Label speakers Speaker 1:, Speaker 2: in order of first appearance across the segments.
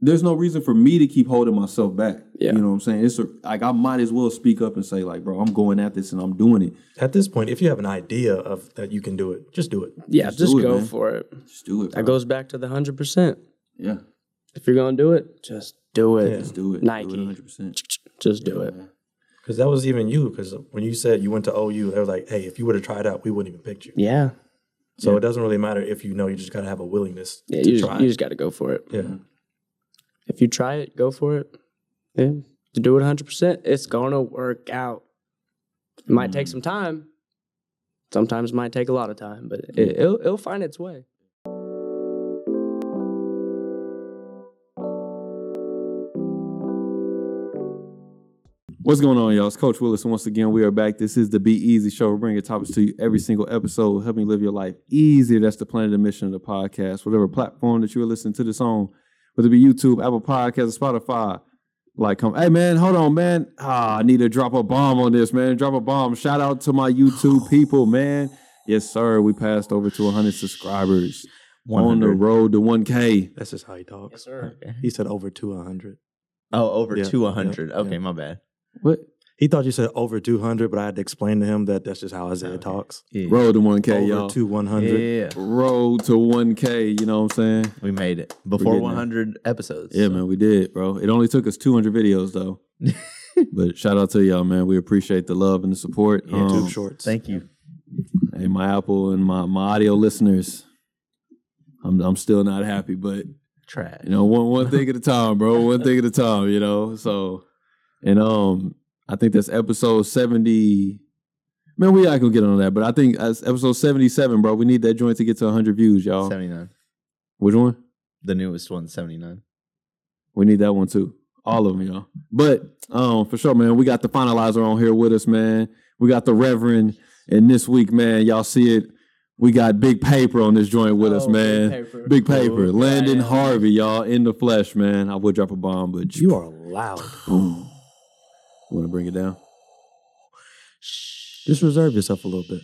Speaker 1: there's no reason for me to keep holding myself back.
Speaker 2: Yeah.
Speaker 1: You know what I'm saying? It's a, like I might as well speak up and say like, bro, I'm going at this and I'm doing it.
Speaker 3: At this point, if you have an idea of that you can do it, just do it.
Speaker 2: Yeah,
Speaker 1: Just
Speaker 2: just,
Speaker 1: do it,
Speaker 2: go
Speaker 1: man.
Speaker 2: for it.
Speaker 1: Just do it.
Speaker 2: That
Speaker 1: bro.
Speaker 2: goes back to the hundred percent.
Speaker 1: Yeah.
Speaker 2: If you're gonna do it, just do it.
Speaker 1: Just do it.
Speaker 2: Nike.
Speaker 1: Do it 100%.
Speaker 2: Just do it.
Speaker 3: Because that was even you. Because when you said you went to OU, they were like, "Hey, if you would have tried out, we wouldn't even pick you."
Speaker 2: Yeah,
Speaker 3: So it doesn't really matter if you know. You just gotta have a willingness
Speaker 2: yeah.
Speaker 3: to
Speaker 2: You
Speaker 3: try.
Speaker 2: just, you just got to go for it.
Speaker 3: yeah,
Speaker 2: If you try it, go for it. Yeah, to do it hundred percent, it's gonna work out. It might take some time. Sometimes it might take a lot of time, but it, it'll it'll find its way.
Speaker 1: What's going on, y'all? It's Coach Willis. and Once again, we are back. This is the Be Easy Show. We're bringing topics to you every single episode, helping you live your life easier. That's the plan and the mission of the podcast. Whatever platform that you are listening to this on, whether it be YouTube, Apple Podcasts, or Spotify, like, come, hey, man, hold on, man. Ah, I need to drop a bomb on this, man. Drop a bomb. Shout out to my YouTube people, man. Yes, sir. We passed over to 100 subscribers on the
Speaker 4: 100.
Speaker 1: road to 1K.
Speaker 3: that's just how he talks.
Speaker 2: sir.
Speaker 3: He said over two hundred.
Speaker 4: Oh, over
Speaker 3: Yeah,
Speaker 4: to
Speaker 3: yeah,
Speaker 4: 100.
Speaker 3: yeah.
Speaker 4: okay, my bad.
Speaker 1: What?
Speaker 3: He thought you said over two hundred, but I had to explain to him that that's just how Isaiah talks.
Speaker 4: Yeah.
Speaker 1: Road to 1K,
Speaker 3: over
Speaker 1: y'all.
Speaker 3: to one hundred.
Speaker 4: yeah.
Speaker 1: road to 1K, you know what I'm saying?
Speaker 4: We made it
Speaker 1: We're
Speaker 4: before
Speaker 1: getting there.
Speaker 4: 100 episodes.
Speaker 1: Yeah, man, we did, bro. It only took us 200 videos though. but shout out to y'all, man. We appreciate the love and the support.
Speaker 3: YouTube
Speaker 1: Um,
Speaker 3: shorts.
Speaker 4: Thank you.
Speaker 1: Hey, my Apple and my, my audio listeners. I'm I'm still not happy, but
Speaker 4: Trash.
Speaker 1: you know, one one thing at a time, bro. One thing at a time, you know. So, and um, I think that's episode 70. Man, we I can get on that, but I think that's episode 77, bro. We need that joint to get to 100 views, y'all.
Speaker 4: 79.
Speaker 1: Which one?
Speaker 4: The newest one, 79.
Speaker 1: We need that one too. All of them, y'all. But um, for sure, man, we got the finalizer on here with us, man. We got the Reverend, and this week, man, y'all see it. We got Big Paper on this joint with
Speaker 2: Oh,
Speaker 1: us, man. Oh, Big Paper, Oh, Landon Harvey, y'all in the flesh, man. I would drop a bomb, but
Speaker 3: You are loud.
Speaker 1: boom. Want to bring it down?
Speaker 3: Just reserve yourself a little bit.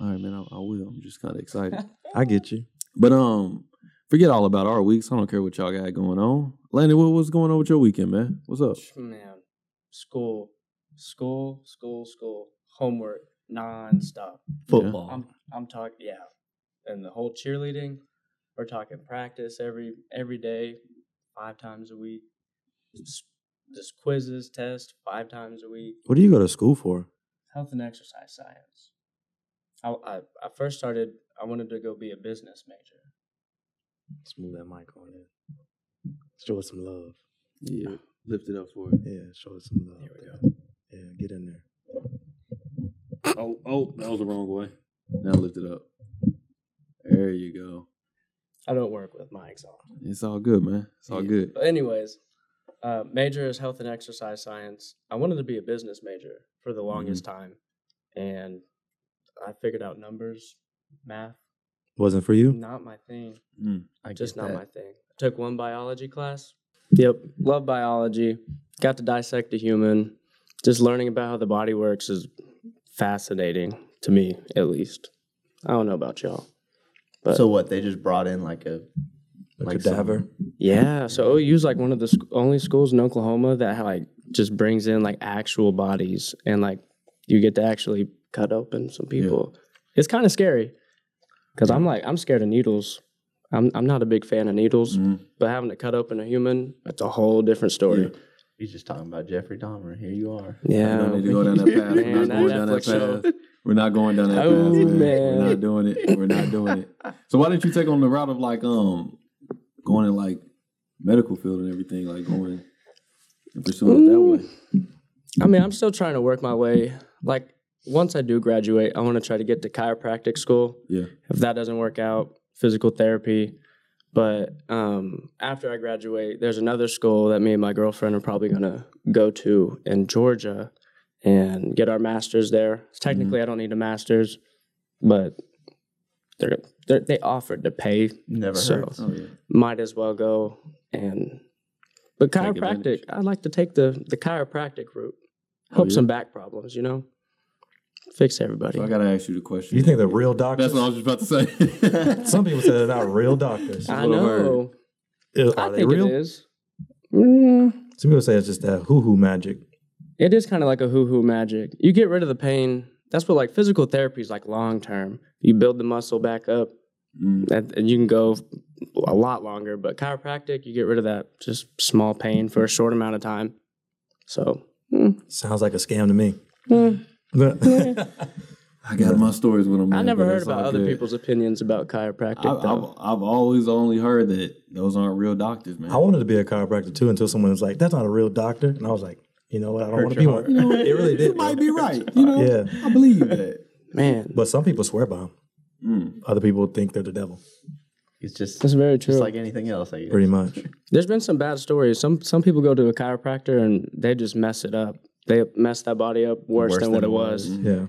Speaker 1: All right, man. I, I will. I'm just kind of excited.
Speaker 3: I get you.
Speaker 1: but um, forget all about our weeks. I don't care what y'all got going on. Landon, what was going on with your weekend, man? What's up?
Speaker 2: Man, school, school, school, school, homework nonstop.
Speaker 4: Football.
Speaker 2: I'm I'm talking yeah, and the whole cheerleading. We're talking practice every every day, five times a week. Just, just quizzes, tests five times a week.
Speaker 3: What do you go to school for?
Speaker 2: Health and exercise science. I I, I first started. I wanted to go be a business major.
Speaker 3: Let's move that mic on in. Show us some love.
Speaker 1: Yeah, lift it up for it.
Speaker 3: Yeah, show us some love.
Speaker 2: Here we
Speaker 3: go. Yeah, get in there.
Speaker 1: Oh, oh, that was the wrong way. Now lift it up. There you go.
Speaker 2: I don't work with mics on.
Speaker 1: It's all good, man. It's all
Speaker 2: Yeah.
Speaker 1: good.
Speaker 2: But anyways, uh, major is health and exercise science. I wanted to be a business major for the longest time, and I figured out numbers, math,
Speaker 3: Wasn't for you?
Speaker 2: not my thing.
Speaker 4: I get
Speaker 2: Just not
Speaker 4: that.
Speaker 2: my thing. took one biology class. Yep, love biology. Got to dissect a human. Just learning about how the body works is fascinating to me, at least. I don't know about y'all. but-
Speaker 4: So what? They just brought in like a
Speaker 3: A
Speaker 4: Like
Speaker 3: cadaver?
Speaker 2: Yeah, so OU's like one of the sc- only schools in Oklahoma that like just brings in like actual bodies and like you get to actually cut open some people. It's kind of scary because I'm like I'm scared of needles. I'm I'm not a big fan of
Speaker 1: Mm.
Speaker 2: needles,
Speaker 1: Mm-hmm.
Speaker 2: but having to cut open a human that's a whole different story.
Speaker 4: He's just talking about Jeffrey Dahmer. Here you are.
Speaker 1: We
Speaker 2: Yeah,
Speaker 1: don't need to go down that path. We're
Speaker 2: Man,
Speaker 1: not
Speaker 2: that
Speaker 1: going down that
Speaker 2: Netflix show.
Speaker 1: path. We're not going down that path.
Speaker 2: Oh,
Speaker 1: man.
Speaker 2: man.
Speaker 1: We're not doing it. We're not doing it. So why didn't you take on the route of like um going in like medical field and everything, like going and pursuing it that way?
Speaker 2: I mean I'm still trying to work my way. Like once I do graduate, I want to try to get to chiropractic school.
Speaker 1: Yeah.
Speaker 2: if that doesn't work out, physical therapy. But um, after I graduate, there's another school that me and my girlfriend are probably gonna go to in Georgia and get our masters there.
Speaker 1: Mm-hmm.
Speaker 2: Technically, I don't need a masters, but they're, they're they offered to pay,
Speaker 4: Never
Speaker 2: So-
Speaker 4: hurts.
Speaker 1: Oh yeah.
Speaker 2: might as well go and. But
Speaker 1: Take advantage.
Speaker 2: chiropractic, I'd like to take the the chiropractic route.
Speaker 1: Oh,
Speaker 2: Help
Speaker 1: yeah?
Speaker 2: some back problems, you know. Fix everybody.
Speaker 1: So I gotta ask you the question.
Speaker 3: You think they're real
Speaker 1: That's
Speaker 3: doctors?
Speaker 1: what I was just about to say.
Speaker 3: Some people say they're not real doctors.
Speaker 2: I
Speaker 1: what I've heard.
Speaker 2: know.
Speaker 3: Is-
Speaker 2: I
Speaker 3: Are they
Speaker 2: think
Speaker 3: real?
Speaker 2: it is. Mm,
Speaker 3: Some people say it's just that hoo hoo magic.
Speaker 2: it is kind of like a hoo hoo magic. You get rid of the pain. That's what like physical therapy is like long term. You build the muscle back up,
Speaker 1: Mm.
Speaker 2: that, and you can go a lot longer. But chiropractic, you get rid of that just small pain for a short amount of time. So mm,
Speaker 3: Sounds like a scam to me.
Speaker 2: mm.
Speaker 1: I got my stories with them.
Speaker 2: I
Speaker 1: man,
Speaker 2: never
Speaker 1: but
Speaker 2: heard
Speaker 1: it's all
Speaker 2: about other
Speaker 1: good.
Speaker 2: people's opinions about chiropractic.
Speaker 1: I've, I've,
Speaker 2: though.
Speaker 1: I've always only heard that those aren't real doctors, man.
Speaker 3: I wanted to be a chiropractor too until someone was like, "That's not a real doctor," and I was like, "You know what? I don't
Speaker 4: Hurt
Speaker 3: want to
Speaker 4: your
Speaker 3: be
Speaker 4: heart.
Speaker 3: one." it really
Speaker 1: You
Speaker 3: did.
Speaker 1: might
Speaker 3: man.
Speaker 1: be right. You know,
Speaker 3: Yeah.
Speaker 1: I believe you that.
Speaker 2: Man,
Speaker 3: But some people swear by them.
Speaker 4: Hmm.
Speaker 1: Mm.
Speaker 3: Other people think they're the devil.
Speaker 4: It's just
Speaker 2: that's very true.
Speaker 4: just like anything else. I guess.
Speaker 3: Pretty much.
Speaker 2: There's been some bad stories. Some some people go to a chiropractor and they just mess it up. They mess that body up worse,
Speaker 4: Worse
Speaker 2: than,
Speaker 4: than
Speaker 2: what
Speaker 4: it
Speaker 2: it was,
Speaker 3: Yeah.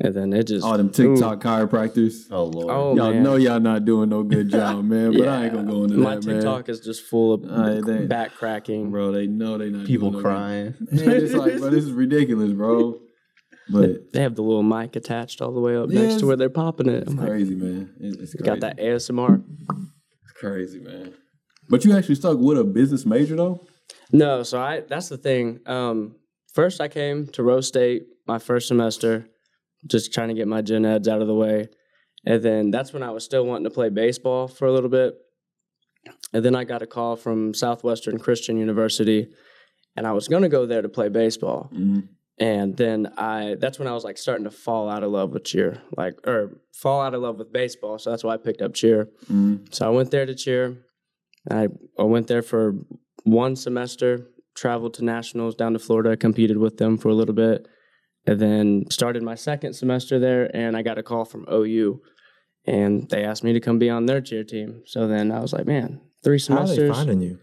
Speaker 2: and then it just
Speaker 1: All Oh, them TikTok chiropractors.
Speaker 4: Oh lord.
Speaker 2: Oh,
Speaker 1: y'all
Speaker 2: man.
Speaker 1: know y'all not doing no good job, man. But I ain't gonna go into
Speaker 2: my
Speaker 1: that,
Speaker 2: TikTok is just full of
Speaker 1: Alright, they-
Speaker 2: back cracking.
Speaker 1: man. Bro, they know they not
Speaker 4: People
Speaker 1: doing no
Speaker 4: crying.
Speaker 1: Good. Man, it's like, bro, this is ridiculous, bro. But
Speaker 2: They have the little mic attached all the way up next
Speaker 1: Yes.
Speaker 2: to where they're popping it. I'm like,
Speaker 1: crazy, man. It- It's crazy.
Speaker 2: got that ASMR.
Speaker 1: It's crazy, man. But you actually stuck with a business major though.
Speaker 2: No, so I that's the thing. Um, first, I came to Rose State my first semester, just trying to get my gen eds out of the way, and then that's when I was still wanting to play baseball for a little bit. And then I got a call from Southwestern Christian University, and I was going to go there to play baseball.
Speaker 1: Mhm.
Speaker 2: And then I that's when I was like starting to fall out of love with cheer, like or fall out of love with baseball. So that's why I picked up cheer.
Speaker 1: Mhm.
Speaker 2: So I went there to cheer. I, I went there for one semester, traveled to nationals down to Florida, competed with them for a little bit, and then started my second semester there. And I got a call from OU, and they asked me to come be on their cheer team. So then I was like, man, three
Speaker 3: How are they
Speaker 2: semesters.
Speaker 3: finding you?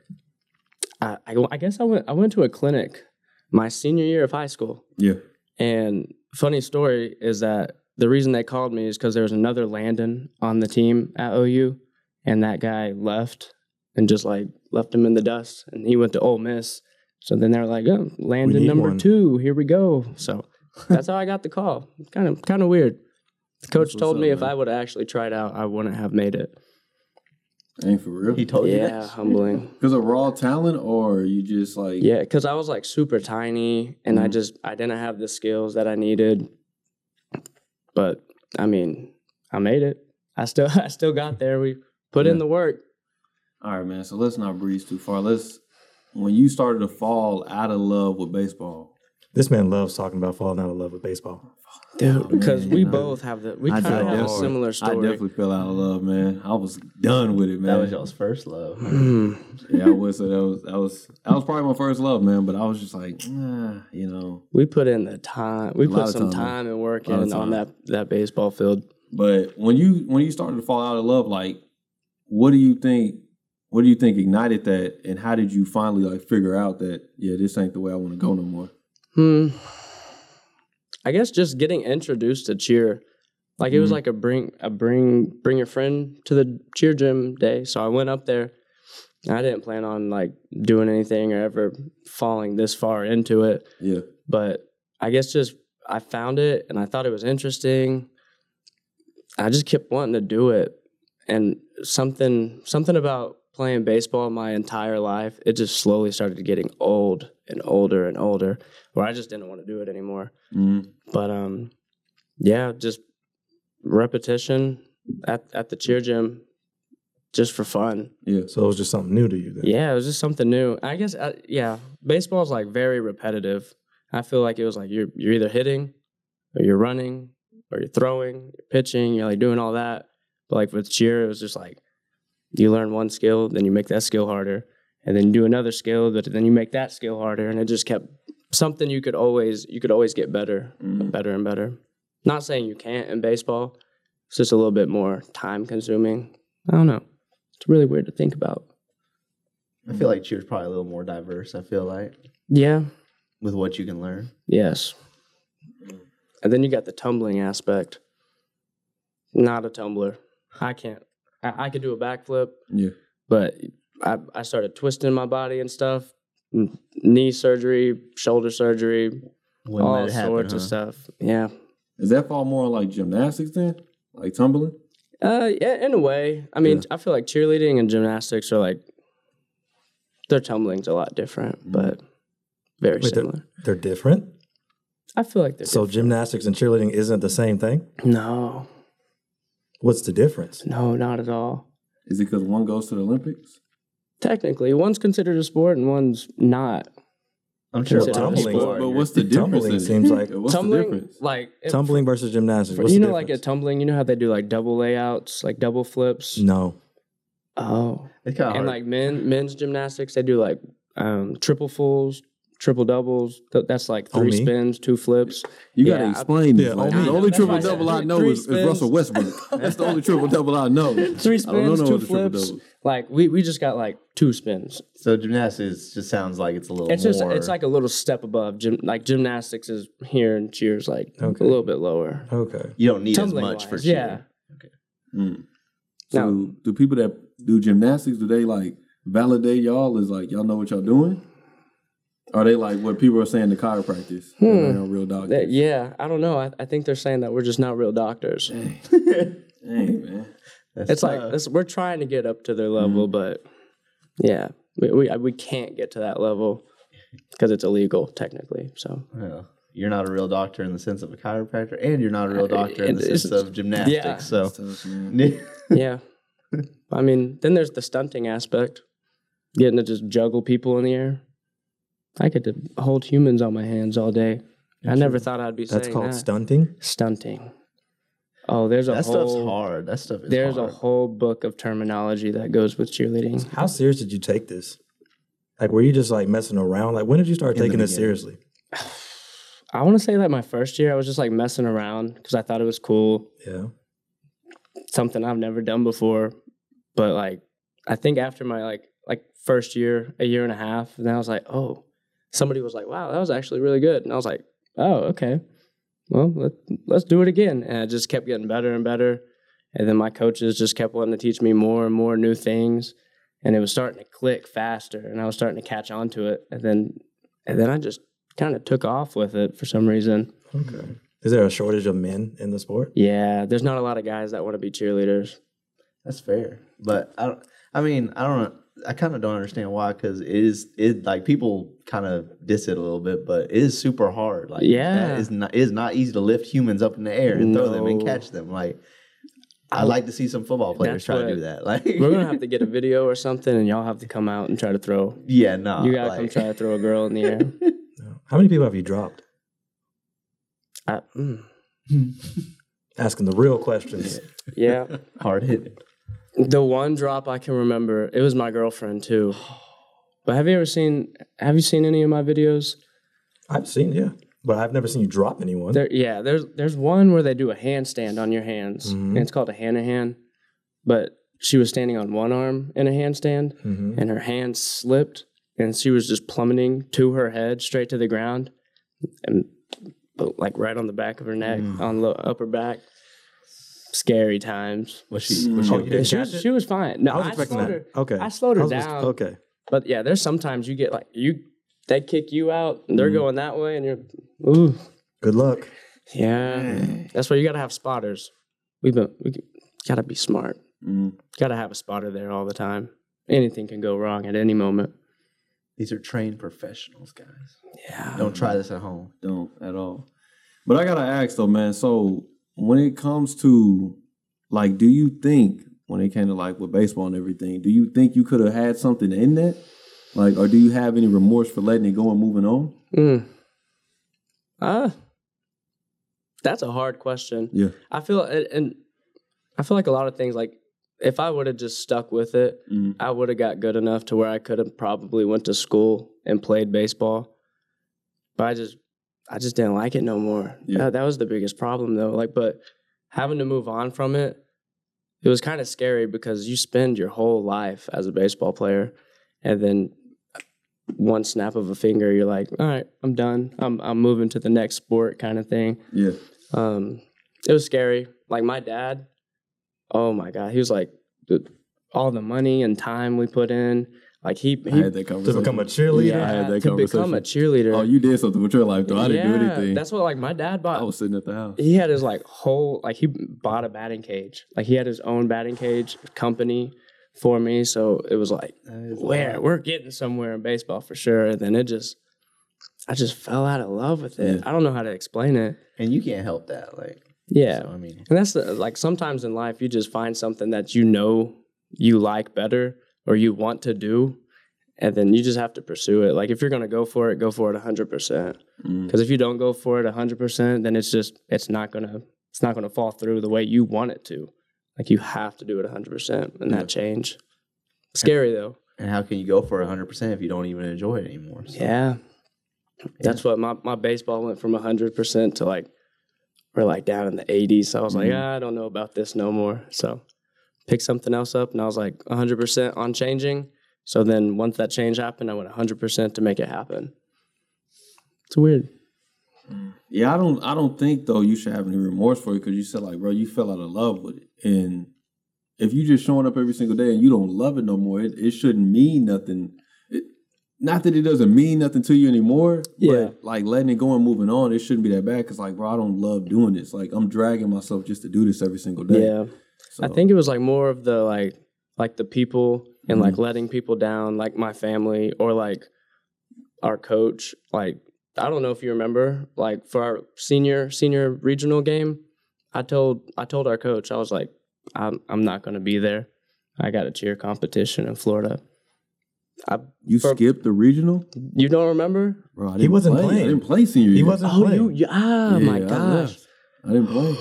Speaker 2: I, I, I guess I went I went to a clinic my senior year of high school.
Speaker 1: Yeah.
Speaker 2: And funny story is that the reason they called me is because there was another Landon on the team at OU, and that guy left and just like left him in the dust, and he went to Ole Miss. So then they're like, oh, Landon
Speaker 3: need
Speaker 2: number
Speaker 3: one."
Speaker 2: two, here we go. So that's how I got the call. Kind of kind of weird. The coach
Speaker 1: what's
Speaker 2: told me
Speaker 1: up,
Speaker 2: if
Speaker 3: uh,
Speaker 1: man.
Speaker 2: I would have actually tried out, I wouldn't have made it.
Speaker 1: Ain't for real.
Speaker 3: Oh,
Speaker 4: He told you
Speaker 2: yeah,
Speaker 4: that.
Speaker 2: humbling.
Speaker 1: Because of raw talent, or you just like
Speaker 2: Yeah, because I was like super tiny and I
Speaker 1: Mhm.
Speaker 2: just I didn't have the skills that I needed. But I mean, I made it. I still I still got there. We put in
Speaker 1: Yeah.
Speaker 2: the work.
Speaker 1: All right, man. So let's not breeze too far. Let's when you started to fall out of love with baseball.
Speaker 3: This man loves talking about falling out of love with baseball.
Speaker 2: Dude, because
Speaker 1: man,
Speaker 2: we
Speaker 1: I-
Speaker 2: both have the we
Speaker 1: I
Speaker 2: kind of
Speaker 1: definitely-
Speaker 2: have a similar
Speaker 1: I
Speaker 2: story.
Speaker 1: definitely fell out of love, man. I was done with it, man.
Speaker 4: That was y'all's first love.
Speaker 2: Mm.
Speaker 1: yeah, I would say that was that was that was probably my first love, man. But I was just like, nah, you know.
Speaker 2: we put in the time. We
Speaker 1: A lot
Speaker 2: put
Speaker 1: of
Speaker 2: some
Speaker 1: time.
Speaker 2: time and work
Speaker 1: A lot of
Speaker 2: in
Speaker 1: time.
Speaker 2: on that that baseball field.
Speaker 1: But when you when you started to fall out of love, like, what do you think? What do you think ignited that, and how did you finally like figure out that yeah, this ain't the way I want to go no more?
Speaker 2: Hmm. I guess just getting introduced to cheer, like it was
Speaker 1: Mhm.
Speaker 2: like a bring a bring bring your friend to the cheer gym day. So I went up there. I didn't plan on like doing anything or ever falling this far into it,
Speaker 1: Yeah,
Speaker 2: but I guess just I found it and I thought it was interesting. I just kept wanting to do it, and something something about playing baseball my entire life it just slowly started getting old and older and older where i just didn't want to do it anymore
Speaker 1: Mhm.
Speaker 2: but um yeah just repetition at, at the cheer gym just for fun
Speaker 1: yeah.
Speaker 3: So it was just something new to you. Then.
Speaker 2: yeah it was just something new i guess I, yeah baseball's like very repetitive i feel like it was like you're you're either hitting or you're running or you're throwing you're pitching you're like doing all that but like with cheer it was just like you learn one skill then you make that skill harder and then you do another skill but then you make that skill harder and it just kept something you could always you could always get better
Speaker 1: Mhm.
Speaker 2: better and better. Not saying you can't in baseball. It's just a little bit more time consuming. I don't know. It's really weird to think about.
Speaker 4: I feel like cheer's probably a little more diverse. I feel like
Speaker 2: Yeah.
Speaker 4: with what you can learn.
Speaker 2: Yes. And then you got the tumbling aspect. Not a tumbler. I can't. I, I could do a backflip,
Speaker 1: Yeah.
Speaker 2: but I, I started twisting my body and stuff. N- Knee surgery, shoulder surgery,
Speaker 4: Wouldn't
Speaker 2: all
Speaker 4: let it happen,
Speaker 2: sorts of
Speaker 4: huh?
Speaker 2: stuff. Yeah.
Speaker 1: Does that fall more on like gymnastics then, like tumbling?
Speaker 2: Uh, yeah, in a way. I mean,
Speaker 1: Yeah.
Speaker 2: I feel like cheerleading and gymnastics are like their tumbling's a lot different, but very
Speaker 3: Mm. Wait, they're-
Speaker 2: similar.
Speaker 3: They're different.
Speaker 2: I feel like they're
Speaker 3: So gymnastics and cheerleading isn't the same thing.
Speaker 2: different. no,
Speaker 3: What's the difference?
Speaker 2: no, not at all.
Speaker 1: Is it because one goes to the Olympics?
Speaker 2: Technically, one's considered a sport and one's not.
Speaker 4: I'm sure.
Speaker 2: Well,
Speaker 4: a lot of
Speaker 3: tumbling-
Speaker 4: people
Speaker 1: But,
Speaker 4: are.
Speaker 1: but what's the difference?
Speaker 3: Tumbling
Speaker 1: in it?
Speaker 3: seems like-
Speaker 1: what's the
Speaker 2: tumbling,
Speaker 1: difference?
Speaker 2: like it-
Speaker 3: Tumbling versus gymnastics. What's
Speaker 2: you
Speaker 3: the
Speaker 2: know, like at
Speaker 3: difference?
Speaker 2: tumbling, you know how they do like double layouts, like double flips.
Speaker 3: no.
Speaker 2: Oh,
Speaker 4: It's kind of
Speaker 2: and
Speaker 4: hard.
Speaker 2: like men men's gymnastics, they do like um, triple fulls, triple doubles. Th- that's like
Speaker 3: Oh,
Speaker 2: three
Speaker 3: me?
Speaker 2: spins, two flips.
Speaker 1: You
Speaker 2: Yeah,
Speaker 1: gotta
Speaker 2: I-
Speaker 1: explain this.
Speaker 3: Yeah,
Speaker 1: like,
Speaker 3: I mean,
Speaker 1: the only
Speaker 2: that's
Speaker 1: triple
Speaker 2: why I said
Speaker 1: double I
Speaker 2: three-
Speaker 1: know
Speaker 2: three
Speaker 1: is, is
Speaker 2: spins.
Speaker 1: Russell Westbrook. That's the only triple double I know.
Speaker 2: Three
Speaker 1: I don't
Speaker 2: spins,
Speaker 1: know
Speaker 2: two
Speaker 1: the triple
Speaker 2: flips.
Speaker 1: double.
Speaker 2: Like we we just got like two spins.
Speaker 4: so gymnastics just sounds like it's a little
Speaker 2: It's
Speaker 4: more.
Speaker 2: just it's like a little step above. Gym, like gymnastics is here and cheers like
Speaker 3: Okay.
Speaker 2: a little bit lower.
Speaker 3: Okay.
Speaker 4: you don't need as
Speaker 2: tumbling
Speaker 4: much for
Speaker 2: wise,
Speaker 4: cheer.
Speaker 2: yeah.
Speaker 1: Mm. So,
Speaker 2: Now-
Speaker 1: do people that do gymnastics do they like validate y'all as like y'all know what y'all doing? Are they like what people are saying to chiropractors? Hmm. They don't real doctors.
Speaker 2: That- yeah, I don't know. I, I think they're saying that we're just not real doctors.
Speaker 1: Dang, man.
Speaker 4: That's
Speaker 2: It's like
Speaker 4: tough.
Speaker 2: it's, we're trying to get up to their
Speaker 4: Mm-hmm.
Speaker 2: level, but yeah, we, we we can't get to that level because it's illegal technically. So
Speaker 4: Yeah. You're not a real doctor in the sense of a chiropractor, and you're not a real doctor in the
Speaker 2: It's-
Speaker 4: sense of gymnastics.
Speaker 2: Uh, yeah.
Speaker 4: So,
Speaker 1: Tough, man.
Speaker 2: yeah, I mean, then there's the stunting aspect, getting to just juggle people in the air. I get to hold humans on my hands all day. I never thought I'd be
Speaker 3: That's
Speaker 2: saying
Speaker 3: called
Speaker 2: that.
Speaker 3: stunting.
Speaker 2: stunting. Oh, there's a
Speaker 4: that
Speaker 2: whole
Speaker 4: stuff's hard. That stuff is
Speaker 2: there's
Speaker 4: hard.
Speaker 2: a whole book of terminology that goes with cheerleading.
Speaker 3: How serious did you take this? Like, were you just like messing around? Like, when did you start
Speaker 4: In the
Speaker 3: taking this
Speaker 4: beginning.
Speaker 3: seriously?
Speaker 2: I want to say that my first year I was just like messing around because I thought it was cool.
Speaker 3: Yeah.
Speaker 2: something I've never done before. But like I think after my like like first year, a year and a half, and I was like, oh, somebody was like, wow, that was actually really good, and I was like, oh, okay, well let let's do it again, and I just kept getting better and better, and then my coaches just kept wanting to teach me more and more new things, and it was starting to click faster, and I was starting to catch on to it, and then and then I just kind of took off with it for some reason.
Speaker 3: Okay. Is there a shortage of men in the sport?
Speaker 2: Yeah, there's not a lot of guys that want to be cheerleaders.
Speaker 4: That's fair, but I don't. I mean, I don't. I kind of don't understand why, because it is it like people kind of diss it a little bit, but it is super hard. Like,
Speaker 2: Yeah.
Speaker 4: that is not it is not easy to lift humans up in the air and throw them and
Speaker 2: No.
Speaker 4: catch them. Like, I like to see some football players
Speaker 2: That's
Speaker 4: try
Speaker 2: what-
Speaker 4: to do that. Like,
Speaker 2: We're gonna have to get a video or something, and y'all have to come out and try to throw.
Speaker 4: yeah, no,
Speaker 2: You gotta come
Speaker 4: Uh, like,
Speaker 2: try to throw a girl in the air.
Speaker 3: No. How many people have you dropped?
Speaker 2: I, mm,
Speaker 3: Asking the real questions.
Speaker 2: yeah,
Speaker 4: hard hit.
Speaker 2: the one drop I can remember, it was my girlfriend too. But have you ever seen? Have you seen any of my videos?
Speaker 3: I've seen, yeah, but I've never seen you drop anyone.
Speaker 2: There, yeah, there's there's one where they do a handstand on your hands, and
Speaker 3: Mhm.
Speaker 2: it's called a hand-to-hand. But she was standing on one arm in a handstand,
Speaker 3: Mhm.
Speaker 2: Mm-hmm. and her hand slipped and she was just plummeting to her head straight to the ground and but, like right on the back of her neck
Speaker 3: Mm.
Speaker 2: on the upper back scary times
Speaker 4: Was she? Was
Speaker 3: Oh, you
Speaker 4: she okay?
Speaker 3: didn't
Speaker 2: she
Speaker 3: catch
Speaker 2: was,
Speaker 3: it?
Speaker 2: she was fine no
Speaker 3: I was
Speaker 2: i,
Speaker 3: expecting
Speaker 2: slowed
Speaker 3: that.
Speaker 2: her
Speaker 3: okay.
Speaker 2: I slowed her
Speaker 3: was just-
Speaker 2: down.
Speaker 3: Okay.
Speaker 2: but yeah there's sometimes you get like you they kick you out and
Speaker 3: Mm-hmm.
Speaker 2: they're going that way and you're ooh
Speaker 3: Good luck.
Speaker 2: yeah that's why you gotta have spotters we've been we gotta be smart
Speaker 1: Mm.
Speaker 2: gotta have a spotter there all the time anything can go wrong at any moment
Speaker 4: These are trained professionals, guys.
Speaker 2: yeah
Speaker 4: Don't try this at home.
Speaker 1: don't at all. But I gotta ask though, man. So when it comes to like, do you think when it came to like with baseball and everything, do you think you could have had something in that? Like, or do you have any remorse for letting it go and moving on?
Speaker 2: Mm. Uh, that's a hard question.
Speaker 1: Yeah.
Speaker 2: I feel and- and I feel like a lot of things like if I would have just stuck with it,
Speaker 1: Mm.
Speaker 2: I would have got good enough to where I could have probably went to school and played baseball. But I just I just didn't like it no more.
Speaker 1: Yeah.
Speaker 2: That, that was the biggest problem though. Like but having to move on from it, it was kind of scary because you spend your whole life as a baseball player and then uh, one snap of a finger you're like, "All right, I'm done. I'm I'm moving to the next sport" kind of thing
Speaker 1: Yeah.
Speaker 2: um it was scary like my dad oh my god he was like "Dude, all the money and time we put in like he,
Speaker 1: I
Speaker 2: he
Speaker 1: had that
Speaker 3: To
Speaker 1: conversation.
Speaker 3: become a cheerleader.
Speaker 1: I had that
Speaker 2: to become a cheerleader
Speaker 1: oh, you did something with your life though. I didn't do
Speaker 2: Yeah,
Speaker 1: anything.
Speaker 2: that's what like my dad bought
Speaker 1: I was sitting at the house.
Speaker 2: he had his like whole like he bought a batting cage like he had his own batting cage company for me. So it was like,
Speaker 4: That is a
Speaker 2: where
Speaker 4: lot.
Speaker 2: we're getting somewhere in baseball for sure. And then it just, I just fell out of love with it. I don't know how to explain it.
Speaker 4: And you can't help that. Like,
Speaker 2: Yeah.
Speaker 4: so, I mean,
Speaker 2: And that's the, like sometimes in life you just find something that you know you like better or you want to do, and then you just have to pursue it. Like if you're gonna go for it, go for it 100. percent Because if you don't go for it 100, percent then it's just it's not gonna it's not gonna fall through the way you want it to. Like you have to do it 100 percent and that change. Scary though.
Speaker 4: and how can you go for 100% if you don't even enjoy it anymore? So,
Speaker 2: Yeah. That's what my, my baseball went from 100% to like, we're like down in the 80s. So I was like,
Speaker 1: Mhm.
Speaker 2: "Ah, I don't know about this no more. So pick something else up. And I was like 100% on changing. So then once that change happened, I went 100% to make it happen. It's weird.
Speaker 1: Yeah, I don't. I don't think though you should have any remorse for it because you said like, bro, you fell out of love with it, and if you just showing up every single day and you don't love it no more, it, it shouldn't mean nothing. It, not that it doesn't mean nothing to you anymore,
Speaker 2: Yeah.
Speaker 1: but like letting it go and moving on, it shouldn't be that bad. Because like, bro, I don't love doing this. Like, I'm dragging myself just to do this every single day.
Speaker 2: Yeah.
Speaker 1: So,
Speaker 2: I think it was like more of the like like the people and
Speaker 1: Mm-hmm.
Speaker 2: like letting people down, like my family or like our coach. Like I don't know if you remember, like for our senior senior regional game, I told I told our coach I was like, I'm I'm not gonna be there. I got a cheer competition in Florida. I
Speaker 1: you
Speaker 2: for-
Speaker 1: skipped the regional,
Speaker 2: you don't remember?
Speaker 1: bro. I didn't
Speaker 3: wasn't
Speaker 1: play.
Speaker 3: playing.
Speaker 1: I didn't play senior.
Speaker 3: He
Speaker 1: year.
Speaker 3: wasn't
Speaker 2: Oh,
Speaker 3: playing.
Speaker 2: you, you ah my
Speaker 1: Yeah, I
Speaker 2: gosh.
Speaker 1: left. I, didn't play. I, didn't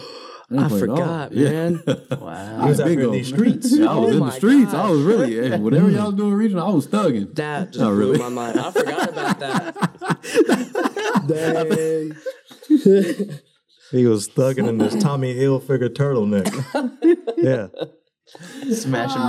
Speaker 2: I
Speaker 1: play at all.
Speaker 2: forgot,
Speaker 1: Yeah.
Speaker 2: man.
Speaker 4: Wow.
Speaker 3: He was
Speaker 1: Yeah,
Speaker 3: out here in
Speaker 1: bingo.
Speaker 3: these streets.
Speaker 1: I was
Speaker 2: Oh
Speaker 1: in the
Speaker 2: my
Speaker 1: streets. I
Speaker 2: gosh.
Speaker 1: was really eh, whatever y'all was doing regional. I was thugging.
Speaker 2: That just
Speaker 1: Not
Speaker 2: blew
Speaker 1: really.
Speaker 2: my mind. I forgot about that.
Speaker 3: Dang. he was thugging in this Tommy Hilfiger turtleneck. yeah.
Speaker 4: Smashing
Speaker 3: Oh,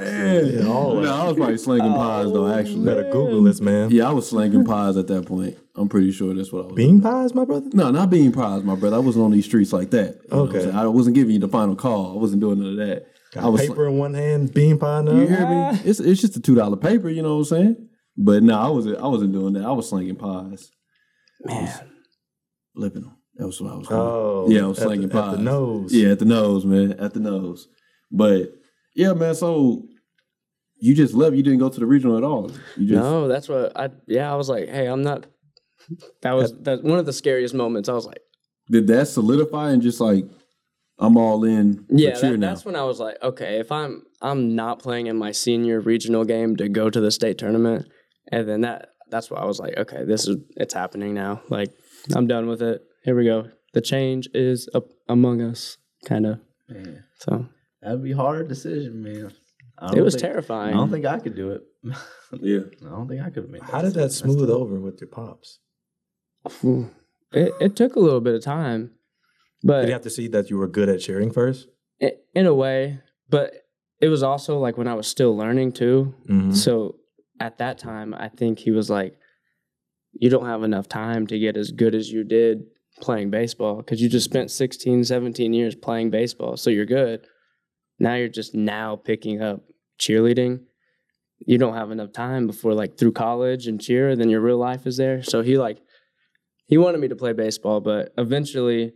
Speaker 4: mailboxes.
Speaker 1: Yeah,
Speaker 3: all
Speaker 1: no,
Speaker 3: that.
Speaker 1: I was probably
Speaker 3: Oh.
Speaker 1: slinging pies though. Actually,
Speaker 3: Better Google this, man.
Speaker 1: yeah, I was slinging pies at that point. I'm pretty sure that's what I was. doing.
Speaker 3: Bean pies, my brother?
Speaker 1: No, not being pies, my brother. I wasn't on these streets like that. You know what I'm
Speaker 3: Okay.
Speaker 1: saying? I wasn't giving you the final call. I wasn't doing none of that. I
Speaker 3: Got
Speaker 1: was.
Speaker 3: paper in one hand, bean pie in the
Speaker 1: You
Speaker 3: other.
Speaker 1: hear me? It's it's just a two dollar paper. You know what I'm saying? But no, I was I wasn't doing that. I was slinging pies,
Speaker 2: Man.
Speaker 1: flipping them. That was what I was. doing.
Speaker 3: Oh.
Speaker 1: Yeah, I was
Speaker 3: at
Speaker 1: slinging
Speaker 3: the, at
Speaker 1: pies.
Speaker 3: the nose.
Speaker 1: Yeah, at the nose, man, at the nose. But yeah, man. So you just left. You didn't go to the regional at all. You just
Speaker 2: No, that's what I. Yeah, I was like, hey, I'm not. That was that, one of the scariest moments. I was like,
Speaker 1: did that solidify and just like I'm all in. for
Speaker 2: yeah,
Speaker 1: cheer
Speaker 2: that,
Speaker 1: now.
Speaker 2: that's when I was like, okay, if I'm I'm not playing in my senior regional game to go to the state tournament, and then that that's why I was like, okay, this is it's happening now. Like I'm done with it. Here we go. The change is up among us, kind of.
Speaker 4: Man,
Speaker 2: So
Speaker 4: that'd be a hard decision, man. I
Speaker 2: it
Speaker 4: don't
Speaker 2: was
Speaker 4: think- I
Speaker 2: terrifying.
Speaker 4: don't think I could do it. I
Speaker 1: yeah.
Speaker 4: don't think I could have made
Speaker 3: How did that
Speaker 4: decision.
Speaker 3: smooth over with your pops?
Speaker 2: Ooh. it, it took a little bit of time, but
Speaker 3: Did you have to see that you were good at cheering first?
Speaker 2: i- in a way. But it was also like when I was still learning too.
Speaker 3: Mm-hmm.
Speaker 2: So at that time, I think he was like, you don't have enough time to get as good as you did playing baseball because you just spent 16, 17 years playing baseball. So you're good. Now you're just now picking up cheerleading. You don't have enough time before, like, through college and cheer, then your real life is there. So he, like, he wanted me to play baseball, but eventually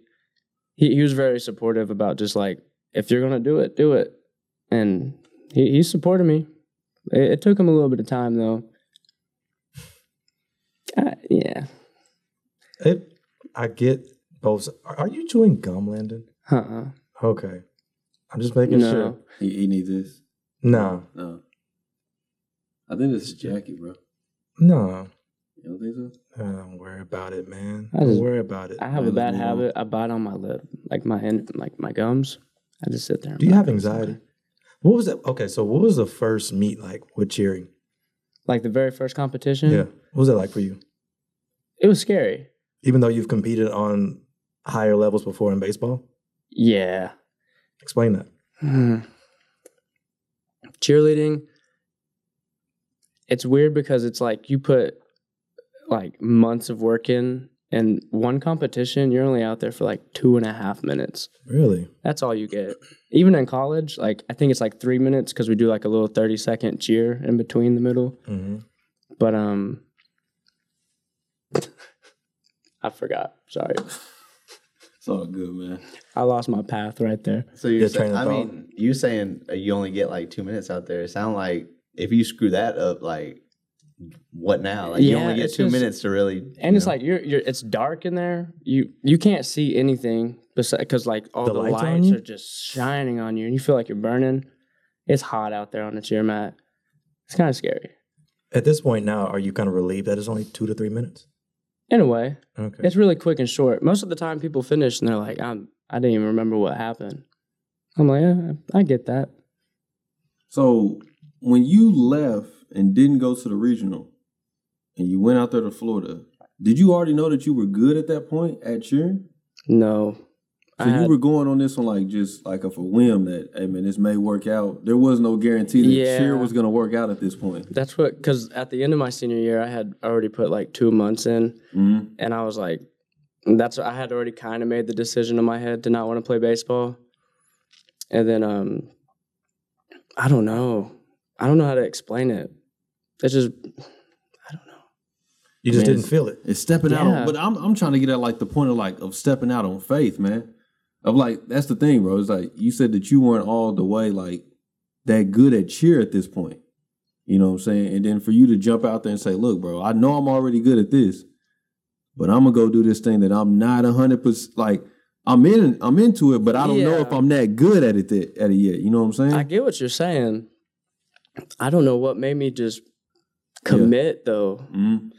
Speaker 2: he, he was very supportive about just like, if you're going to do it, do it. And he, he supported me. It, it took him a little bit of time though. Uh, yeah.
Speaker 3: It, I get both. Are are you chewing gum, Landon?
Speaker 2: Uh-uh.
Speaker 3: Okay. I'm just making
Speaker 2: No.
Speaker 3: sure.
Speaker 1: He, he needs this.
Speaker 3: No,
Speaker 1: No. I think this is Jackie, bro.
Speaker 3: no.
Speaker 1: You don't think so?
Speaker 3: Don't worry about it, man.
Speaker 2: I
Speaker 3: Don't
Speaker 2: just-
Speaker 3: worry about it.
Speaker 2: I have a
Speaker 1: Let's
Speaker 2: bad
Speaker 1: move on.
Speaker 2: habit. I bite on my lip, like my in, like my gums. I just sit there. and
Speaker 3: Do you
Speaker 2: bite
Speaker 3: have
Speaker 2: on something.
Speaker 3: anxiety? What was that? Okay, so what was the first meet like with cheering?
Speaker 2: Like the very first competition.
Speaker 3: Yeah. What was that like for you?
Speaker 2: It was scary.
Speaker 3: Even though you've competed on higher levels before in baseball?
Speaker 2: Yeah.
Speaker 3: Explain that.
Speaker 2: Hmm. Cheerleading. It's weird because it's like you put like months of work in, and one competition you're only out there for like two and a half minutes.
Speaker 3: Really?
Speaker 2: That's all you get. Even in college, like I think it's like three minutes because we do like a little thirty second cheer in between the middle.
Speaker 3: Mm-hmm.
Speaker 2: But um, I forgot. Sorry.
Speaker 1: It's all good, man.
Speaker 2: I lost my path right there.
Speaker 4: So you're
Speaker 3: Yeah, train
Speaker 4: saying,
Speaker 3: of
Speaker 4: I
Speaker 3: thought.
Speaker 4: mean, you saying uh, you only get like two minutes out there. It sound like if you screw that up, like what now? Like you
Speaker 2: Yeah,
Speaker 4: only get
Speaker 2: it's
Speaker 4: two
Speaker 2: just-
Speaker 4: minutes to really.
Speaker 2: And
Speaker 4: you
Speaker 2: it's
Speaker 4: know.
Speaker 2: like you're you're it's dark in there. You you can't see anything besides because like all
Speaker 3: The
Speaker 2: the,
Speaker 3: lights
Speaker 2: lights,
Speaker 3: on you?
Speaker 2: are just shining on you, and you feel like you're burning. It's hot out there on the chair mat. It's kind of scary
Speaker 3: At this point now, are you kind of relieved that it's only two to three minutes?
Speaker 2: in a way.
Speaker 3: Okay.
Speaker 2: It's really quick and short. Most of the time, people finish and they're like, "I'm I didn't even remember what happened." I'm like, yeah, I get that.
Speaker 1: So when you left and didn't go to the regional, and you went out there to Florida, did you already know that you were good at that point at cheering?
Speaker 2: No,
Speaker 1: So
Speaker 2: I had-
Speaker 1: you were going on this one like just like of a whim that hey man this may work out. There was no guarantee that
Speaker 2: Yeah.
Speaker 1: cheer was gonna work out at this point.
Speaker 2: that's what because at the end of my senior year, I had already put like two months in,
Speaker 1: Mhm.
Speaker 2: and I was like, that's I had already kind of made the decision in my head to not want to play baseball. And then um I don't know. I don't know how to explain it. It's just
Speaker 3: You just
Speaker 1: I mean,
Speaker 3: didn't feel it.
Speaker 1: It's stepping out,
Speaker 2: Yeah.
Speaker 1: on, but I'm I'm trying to get at like the point of like of stepping out on faith, man. Of like that's the thing, bro. It's like you said that you weren't all the way like that good at cheer at this point. You know what I'm saying? And then for you to jump out there and say, "Look, bro, I know I'm already good at this, but I'm gonna go do this thing that I'm not hundred percent like I'm in. I'm into it, but I don't know
Speaker 2: Yeah.
Speaker 1: if I'm that good at it that, at it yet. You know what I'm saying?
Speaker 2: I get what you're saying. I don't know what made me just commit though.
Speaker 1: Mhm.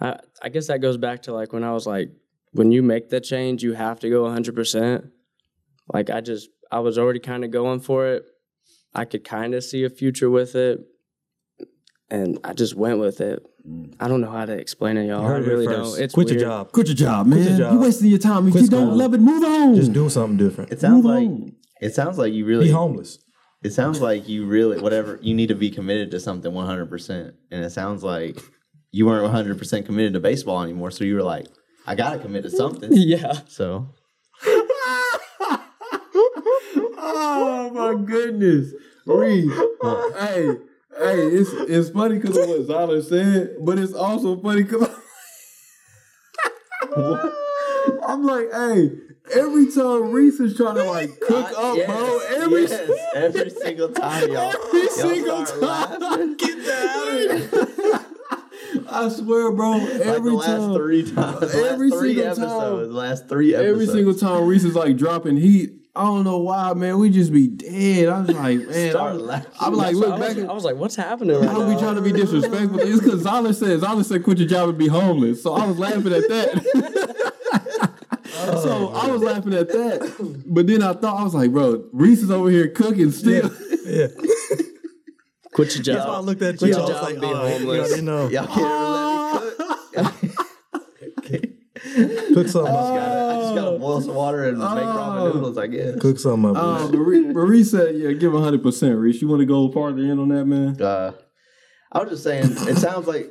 Speaker 2: I I guess that goes back to like when I was like when you make that change, you have to go 100%. Like I just I was already kind of going for it. I could kind of see a future with it. And I just went with it. I don't know how to explain it, y'all.
Speaker 3: You
Speaker 2: I
Speaker 3: heard it
Speaker 2: really
Speaker 3: first.
Speaker 2: don't. It's
Speaker 3: Quit
Speaker 2: weird.
Speaker 3: your job.
Speaker 1: Quit your job,
Speaker 3: Quit
Speaker 1: man.
Speaker 3: your job.
Speaker 1: You wasting your time. If
Speaker 3: Quit
Speaker 1: you don't
Speaker 3: school.
Speaker 1: love it, move on.
Speaker 3: Just do something different.
Speaker 4: it sounds
Speaker 1: Move
Speaker 4: like
Speaker 1: on.
Speaker 4: it sounds like you really.
Speaker 3: Be homeless.
Speaker 4: It sounds like you really whatever you need to be committed to something 100. percent And it sounds like you weren't 100 percent committed to baseball anymore. So you were like, I gotta commit to something.
Speaker 2: Yeah.
Speaker 4: So
Speaker 1: oh my goodness, Reed. hey, hey, it's it's funny because of what Zala said, but it's also funny because I'm like, hey, every time Reese is trying to like cook up,
Speaker 4: Uh,
Speaker 1: bro,
Speaker 4: Yes,
Speaker 1: every
Speaker 4: yes, every single time, y'all.
Speaker 1: every
Speaker 4: y'all
Speaker 1: single
Speaker 4: start
Speaker 1: time,
Speaker 4: laughing.
Speaker 1: get that out of here. I swear, bro,
Speaker 4: Like
Speaker 1: every
Speaker 4: the last
Speaker 1: time.
Speaker 4: three times, the
Speaker 1: Every
Speaker 4: last three
Speaker 1: single time.
Speaker 4: episodes, the last three episodes.
Speaker 1: Every single time Reese is like dropping heat, I don't know why, man. We just be dead. I was like, man,
Speaker 4: Start
Speaker 1: I'm,
Speaker 4: laughing.
Speaker 1: I'm like,
Speaker 2: I
Speaker 1: look
Speaker 2: was,
Speaker 1: back.
Speaker 2: I was like, what's happening right
Speaker 1: I don't be
Speaker 2: now?
Speaker 1: trying to be disrespectful. It's because Zala said Zala said quit your job and be homeless. So I was laughing at that.
Speaker 2: Oh,
Speaker 1: so I was laughing at that. But then I thought I was like, bro, Reese is over here cooking still.
Speaker 3: Yeah.
Speaker 2: Quit your
Speaker 3: So I
Speaker 2: job.
Speaker 3: looked at you.
Speaker 2: Quit
Speaker 3: I
Speaker 2: your
Speaker 3: was
Speaker 2: job
Speaker 3: like,
Speaker 2: and be
Speaker 3: oh, you
Speaker 2: homeless.
Speaker 3: already know.
Speaker 4: y'all can't ever let me
Speaker 3: Cook something up.
Speaker 4: cook. I
Speaker 1: Oh.
Speaker 4: just gotta boil some water and make ramen noodles. I guess.
Speaker 3: Cook something up.
Speaker 2: Um,
Speaker 1: Uh, but Reese- but Reese said, yeah, give 100%. Reese, you want to go farther in on that, man?
Speaker 4: Uh, I was just saying, it sounds like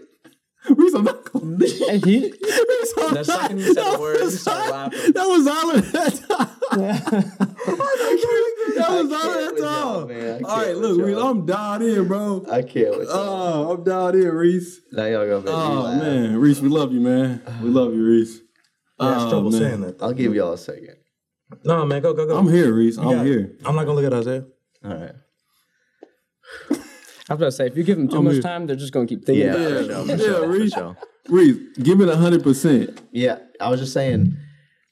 Speaker 1: Reese, I'm not going to
Speaker 2: And he,
Speaker 1: The
Speaker 2: the second you said the word, you started laughing.
Speaker 1: That was all of that time. that was all
Speaker 4: can't
Speaker 1: of
Speaker 4: with
Speaker 1: that
Speaker 4: y'all,
Speaker 1: time.
Speaker 4: man. I
Speaker 1: All right,
Speaker 4: can't
Speaker 1: look,
Speaker 4: with
Speaker 1: Reese,
Speaker 4: y'all. Uh,
Speaker 1: I'm dialed in, bro.
Speaker 4: I can't with y'all.
Speaker 1: Oh, I'm dialed in, Reese.
Speaker 4: now y'all gonna make me
Speaker 1: Oh
Speaker 4: laugh.
Speaker 1: man, Reese, we love you, man. We love you, Reese.
Speaker 3: yeah, it's
Speaker 1: oh,
Speaker 3: trouble
Speaker 1: man.
Speaker 3: saying that.
Speaker 4: I'll give y'all a second.
Speaker 3: No, man, go, go, go.
Speaker 1: I'm here, Reese. I'm
Speaker 3: Yeah.
Speaker 1: here.
Speaker 3: I'm not gonna look at Isaiah.
Speaker 4: All right.
Speaker 2: I was about to say, if you give them too
Speaker 1: I'm
Speaker 2: much
Speaker 1: here.
Speaker 2: time, they're just going to keep thinking
Speaker 4: Yeah.
Speaker 2: about
Speaker 1: Yeah,
Speaker 2: it.
Speaker 4: sure, for
Speaker 1: yeah,
Speaker 4: sure, for
Speaker 1: Reese.
Speaker 4: sure.
Speaker 1: Reese, give it hundred percent.
Speaker 4: Yeah, I was just saying,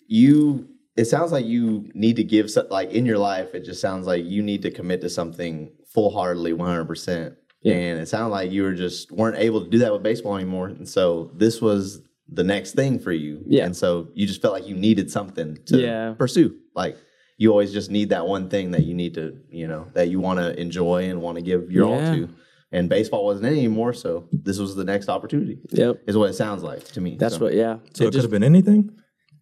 Speaker 4: you. It sounds like you need to give so- like in your life. It just sounds like you need to commit to something full heartedly, one hundred percent. And it sounded like you were just weren't able to do that with baseball anymore, and so this was the next thing for you.
Speaker 2: Yeah.
Speaker 4: And so you just felt like you needed something to
Speaker 2: Yeah.
Speaker 4: pursue. Like you always just need that one thing that you need to, you know, that you want to enjoy and want to give your all
Speaker 2: Yeah.
Speaker 4: to. And baseball wasn't it anymore, so this was the next opportunity.
Speaker 2: Yep.
Speaker 4: Is what it sounds like to me.
Speaker 2: That's
Speaker 4: So-
Speaker 2: what, yeah.
Speaker 3: So it, could have been anything.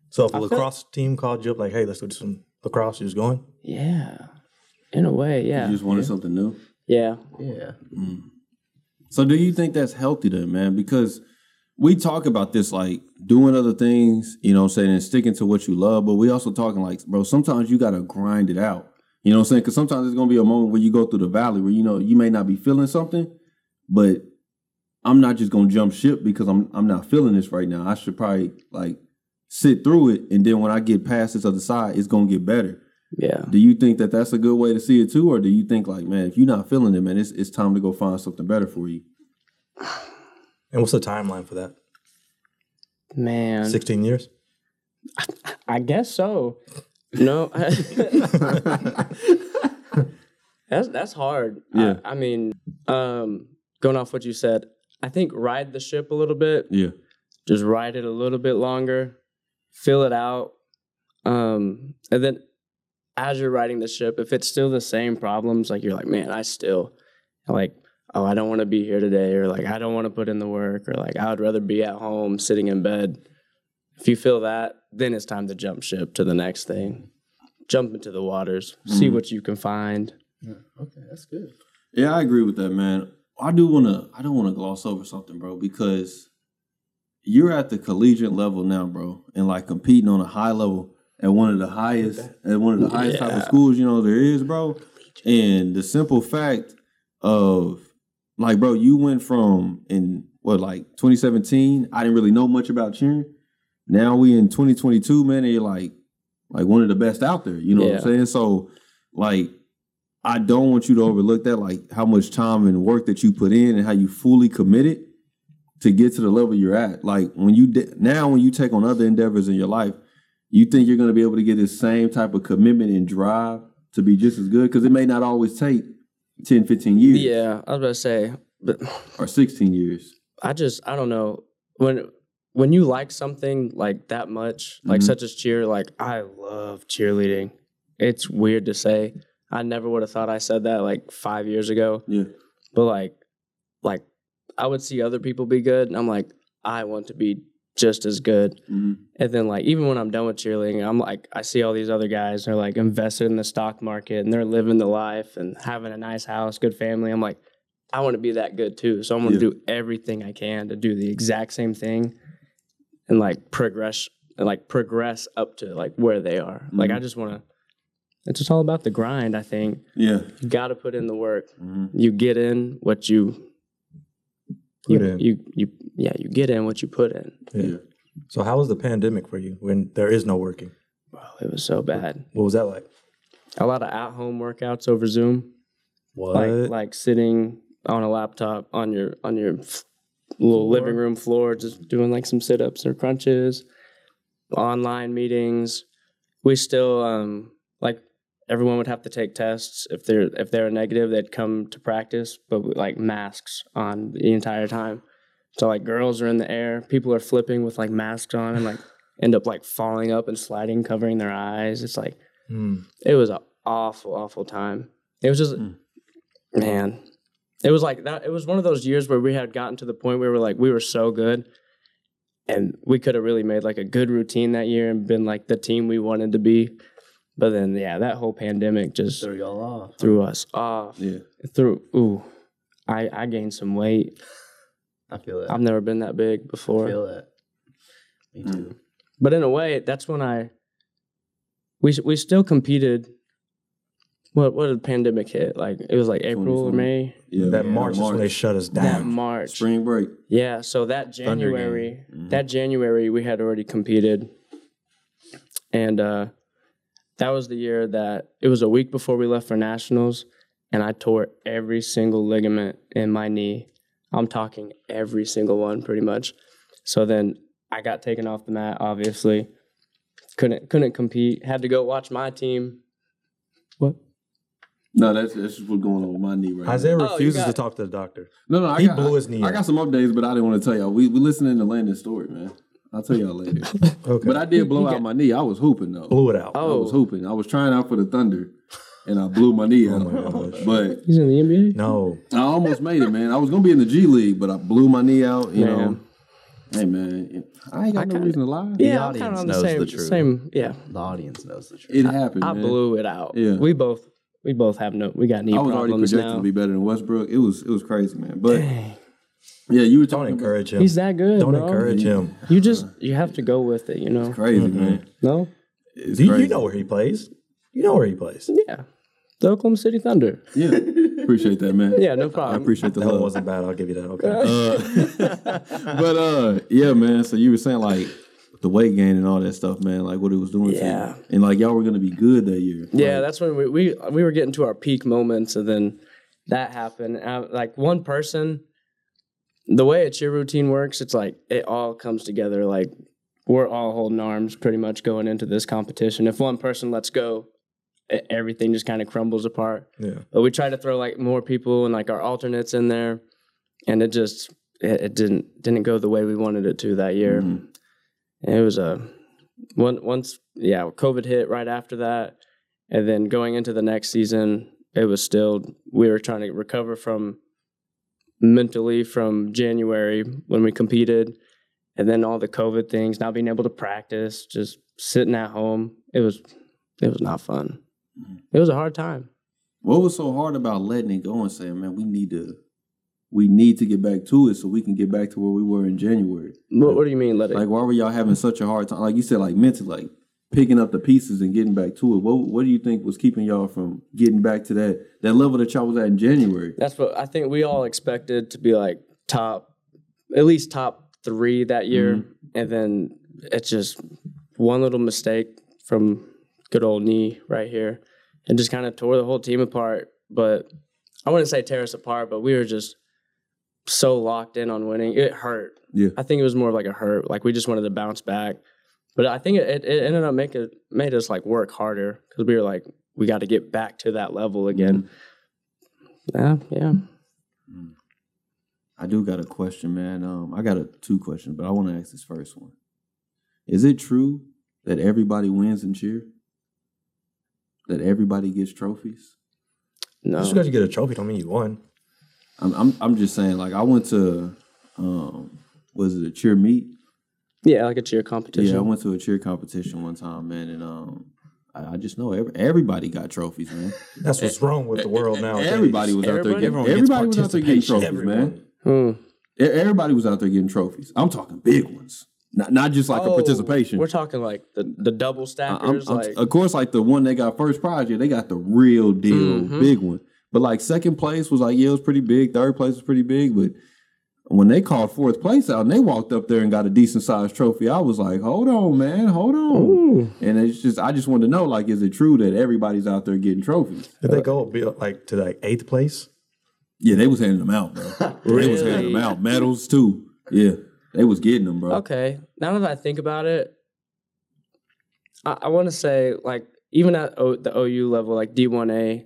Speaker 3: So if a lacrosse team called you up, like, hey, let's do some lacrosse, you was going.
Speaker 2: Yeah. In a way,
Speaker 1: You
Speaker 2: yeah.
Speaker 1: just wanted something new.
Speaker 2: Yeah.
Speaker 4: Yeah.
Speaker 1: So do you think that's healthy then, man? Because we talk about this like doing other things, you know what I'm saying, and sticking to what you love, but we also talking like, bro, sometimes you gotta grind it out. You know what I'm saying? Cause sometimes it's gonna be a moment where you go through the valley where you know you may not be feeling something, but I'm not just gonna jump ship because I'm I'm not feeling this right now. I should probably like sit through it, and then when I get past this other side, it's gonna get better.
Speaker 2: Yeah.
Speaker 1: Do you think that that's a good way to see it too, or do you think like, man, if you're not feeling it, man, it's it's time to go find something better for you?
Speaker 3: And what's the timeline for that?
Speaker 2: Man.
Speaker 3: 16 years?
Speaker 2: I guess so. No. that's that's hard.
Speaker 1: Yeah.
Speaker 2: I, I mean, um, going off what you said, I think ride the ship a little bit.
Speaker 1: Yeah,
Speaker 2: Just ride it a little bit longer, fill it out. Um, and then as you're riding the ship, if it's still the same problems, like you're like, man, I still like, oh, I don't want to be here today, or like I don't want to put in the work, or like I would rather be at home sitting in bed. If you feel that, then it's time to jump ship to the next thing. Jump into the waters, see what you can find.
Speaker 4: Okay, that's good.
Speaker 1: yeah, I agree with that, man. I do wanna, I don't wanna gloss over something, bro, because you're at the collegiate level now, bro, and like competing on a high level at one of the highest, at one of the highest type of
Speaker 2: Yeah.
Speaker 1: schools, you know, there is, bro. And the simple fact of like, bro, you went from in what like 2017, I didn't really know much about cheering. Now we in 2022, man, they like like one of the best out there. You know what
Speaker 2: Yeah.
Speaker 1: I'm saying? So like I don't want you to overlook that, like how much time and work that you put in and how you fully committed to get to the level you're at. Like when you de- now when you take on other endeavors in your life, you think you're going to be able to get this same type of commitment and drive to be just as good because it may not always take 10, 15 years
Speaker 2: Yeah, I was about to say, but
Speaker 1: or 16 years.
Speaker 2: I just I don't know when when you like something like that much, like
Speaker 1: Mhm.
Speaker 2: such as cheer. Like I love cheerleading. It's weird to say. I never would have thought I said that like five years ago.
Speaker 1: Yeah.
Speaker 2: But like, like I would see other people be good, and I'm like, I want to be just as good.
Speaker 1: mm-hmm.
Speaker 2: And then like even when I'm done with cheerleading, I'm like I see all these other guys are like invested in the stock market and they're living the life and having a nice house, good family. I'm like, I want to be that good too. So I'm gonna
Speaker 1: Yeah.
Speaker 2: do everything I can to do the exact same thing and like progress and like progress up to like where they are. Like
Speaker 3: Mm-hmm.
Speaker 2: I just wanna it's just all about the grind, I think.
Speaker 1: Yeah.
Speaker 2: You gotta put in the work.
Speaker 1: Mm-hmm.
Speaker 2: You get in what you
Speaker 3: Put
Speaker 2: you,
Speaker 3: in.
Speaker 2: you you yeah, you get in what you put in.
Speaker 1: Yeah.
Speaker 3: So how was the pandemic for you when there is no working?
Speaker 2: Bro, Oh, it was so bad.
Speaker 3: What was that like?
Speaker 2: a lot of at home workouts over Zoom,
Speaker 3: What?
Speaker 2: like like sitting on a laptop on your on your f- little living room floor, just doing like some sit ups or crunches, online meetings. We still um like everyone would have to take tests if they're if they're negative, they'd come to practice, but with, like masks on the entire time. So like girls are in the air, people are flipping with like masks on and like end up like falling up and sliding, covering their eyes. It's like
Speaker 3: Hmm.
Speaker 2: it was an awful, awful time. It was just,
Speaker 1: Mm.
Speaker 2: man, it was like that. It was one of those years where we had gotten to the point where we were like, we were so good, and we could have really made like a good routine that year and been like the team we wanted to be. But then, yeah, that whole pandemic just
Speaker 4: Threw y'all off.
Speaker 2: threw us off.
Speaker 1: Yeah.
Speaker 2: Threw ooh, I I gained some weight.
Speaker 4: I feel that.
Speaker 2: I've never been that big
Speaker 4: I
Speaker 2: before.
Speaker 4: feel that. Me
Speaker 1: Mm.
Speaker 4: too.
Speaker 2: But in a way, that's when I we s- we still competed. What what did the pandemic hit? Like it was like April or
Speaker 1: 2020.
Speaker 2: May.
Speaker 1: Yeah.
Speaker 3: that
Speaker 1: man,
Speaker 3: March, is when they shut us
Speaker 2: That
Speaker 3: down.
Speaker 2: March.
Speaker 1: Spring break.
Speaker 2: Yeah, so that
Speaker 3: Thunder game.
Speaker 2: January,
Speaker 4: Mm-hmm.
Speaker 1: Mhm.
Speaker 2: that January we had already competed. And uh that was the year that it was a week before we left for nationals and I tore every single ligament in my knee. I'm talking every single one pretty much. So then I got taken off the mat obviously. Couldn't couldn't compete. Had to go watch my team. What?
Speaker 1: No, that's that's just what's going on with my knee right now.
Speaker 2: Oh,
Speaker 3: Isaiah
Speaker 2: you
Speaker 3: refuses
Speaker 2: got-
Speaker 3: to talk to the doctor.
Speaker 1: No, no, I
Speaker 3: He
Speaker 1: got,
Speaker 3: blew his knee
Speaker 1: I
Speaker 3: out.
Speaker 1: got some updates, but I didn't want to tell y'all. We we listening to Landon's story, man. I'll tell y'all later.
Speaker 3: Okay.
Speaker 1: but I did blow out my knee. I was hooping though.
Speaker 3: blew it out.
Speaker 1: I was
Speaker 2: Oh,
Speaker 1: hooping. I was trying out for the Thunder, and I blew my knee out.
Speaker 3: Oh my gosh.
Speaker 1: but
Speaker 2: he's in the NBA?
Speaker 3: No.
Speaker 1: I almost made it, man. I was gonna be in the G League, but I blew my knee out. You know,
Speaker 2: Man.
Speaker 1: hey man, I ain't got no
Speaker 2: kinda-
Speaker 1: reason to lie.
Speaker 2: Yeah, I'm
Speaker 4: audience
Speaker 2: kind of on the
Speaker 4: knows
Speaker 2: same
Speaker 4: the truth.
Speaker 2: same yeah.
Speaker 4: The audience knows the truth.
Speaker 1: It happened.
Speaker 2: I
Speaker 1: man.
Speaker 2: blew it out.
Speaker 1: Yeah.
Speaker 2: We both we both have no we got knee
Speaker 1: I was already
Speaker 2: problems
Speaker 1: projected
Speaker 2: now.
Speaker 1: to be better than Westbrook. It was it was crazy, man. But yeah, you were
Speaker 3: Don't
Speaker 1: talking about
Speaker 3: encourage him.
Speaker 2: He's that good.
Speaker 3: Don't
Speaker 2: bro.
Speaker 3: encourage him.
Speaker 2: You just you have to go with it, you know.
Speaker 1: crazy, man.
Speaker 2: No?
Speaker 1: It's
Speaker 3: Do you,
Speaker 1: crazy.
Speaker 3: you know where he plays? You know where he plays.
Speaker 2: Yeah. The Oklahoma City Thunder.
Speaker 1: Yeah, appreciate that, man.
Speaker 2: Yeah, no
Speaker 1: I
Speaker 2: problem.
Speaker 1: appreciate the
Speaker 3: That one
Speaker 1: love.
Speaker 3: wasn't bad. I'll give you that. Okay.
Speaker 1: but uh yeah man so you were saying like the weight gain and all that stuff, man. Like what it was doing
Speaker 2: Yeah.
Speaker 1: to you. And like y'all were gonna be good that year.
Speaker 2: Yeah, that's when we, we we were getting to our peak moments, and then that happened. And I- like one person, the way a cheer routine works, it's like it all comes together. Like we're all holding arms, pretty much going into this competition. If one person lets go, e- everything just kind of crumbles apart.
Speaker 3: Yeah.
Speaker 2: But we tried to throw like more people and like our alternates in there, and it just it, it didn't didn't go the way we wanted it to that year.
Speaker 1: Mhm.
Speaker 2: And it was a one once yeah COVID hit right after that, and then going into the next season, it was still we were trying to recover from mentally from January when we competed, and then all the COVID things, not being able to practice, just sitting at home. It was it was not fun. It was a hard time.
Speaker 1: What was so hard about letting it go and saying, man, we need to we need to get back to it so we can get back to where we were in January.
Speaker 2: What, what do you mean? Let it
Speaker 1: Like why were y'all having such a hard time? Like you said, like mentally, like picking up the pieces and getting back to it. What what do you think was keeping y'all from getting back to that that level that y'all was at in January?
Speaker 2: That's what I think we all expected to be like top, at least top three that year.
Speaker 1: Mm-hmm.
Speaker 2: And then it's just one little mistake from good old knee right here. and just kind of tore the whole team apart. But I wouldn't say tear us apart, but we were just so locked in on winning. It hurt.
Speaker 1: Yeah.
Speaker 2: I think it was more of like a hurt. Like we just wanted to bounce back. But I think it, it ended up making made us like work harder because we were like, we got to get back to that level again. Yeah, yeah.
Speaker 1: I do got a question, man. Um, I got a two questions, but I want to ask this first one. Is it true that everybody wins and cheer? That everybody gets trophies?
Speaker 2: No.
Speaker 3: Just because you get a trophy don't mean you won.
Speaker 1: I'm I'm, I'm just saying. Like I went to, um, was it a cheer meet?
Speaker 2: Yeah, like a cheer competition.
Speaker 1: Yeah, I went to a cheer competition one time, man, and um, I, I just know every, everybody got trophies, man.
Speaker 3: That's what's wrong with the world now.
Speaker 1: Everybody was out there getting
Speaker 3: Everyone gets
Speaker 1: everybody was out there getting trophies,
Speaker 3: participation.
Speaker 1: man.
Speaker 3: Everyone.
Speaker 2: Hmm.
Speaker 1: E- Everybody was out there getting trophies. I'm talking big ones, not not just like a
Speaker 2: Oh,
Speaker 1: participation.
Speaker 2: We're talking like the, the
Speaker 1: I-
Speaker 2: double
Speaker 1: I'm-
Speaker 2: stackers.
Speaker 1: I'm-
Speaker 2: like,
Speaker 1: of course, like the one they got first prize, yeah, they got the real deal,
Speaker 2: Mhm.
Speaker 1: big one. But like second place was like yeah, it was pretty big. Third place was pretty big, but when they called fourth place out and they walked up there and got a decent sized trophy, I was like, hold on, man, hold on.
Speaker 2: Hmm.
Speaker 1: And it's just, I just wanted to know, like, is it true that everybody's out there getting trophies?
Speaker 3: Did they go be like to like eighth place?
Speaker 1: Yeah, they was handing them out, bro. They was handing them
Speaker 2: Really?
Speaker 1: out, medals too. Yeah, they was getting them, bro.
Speaker 2: okay. Now that I think about it, I, I want to say like even at o, the OU level, like D1A,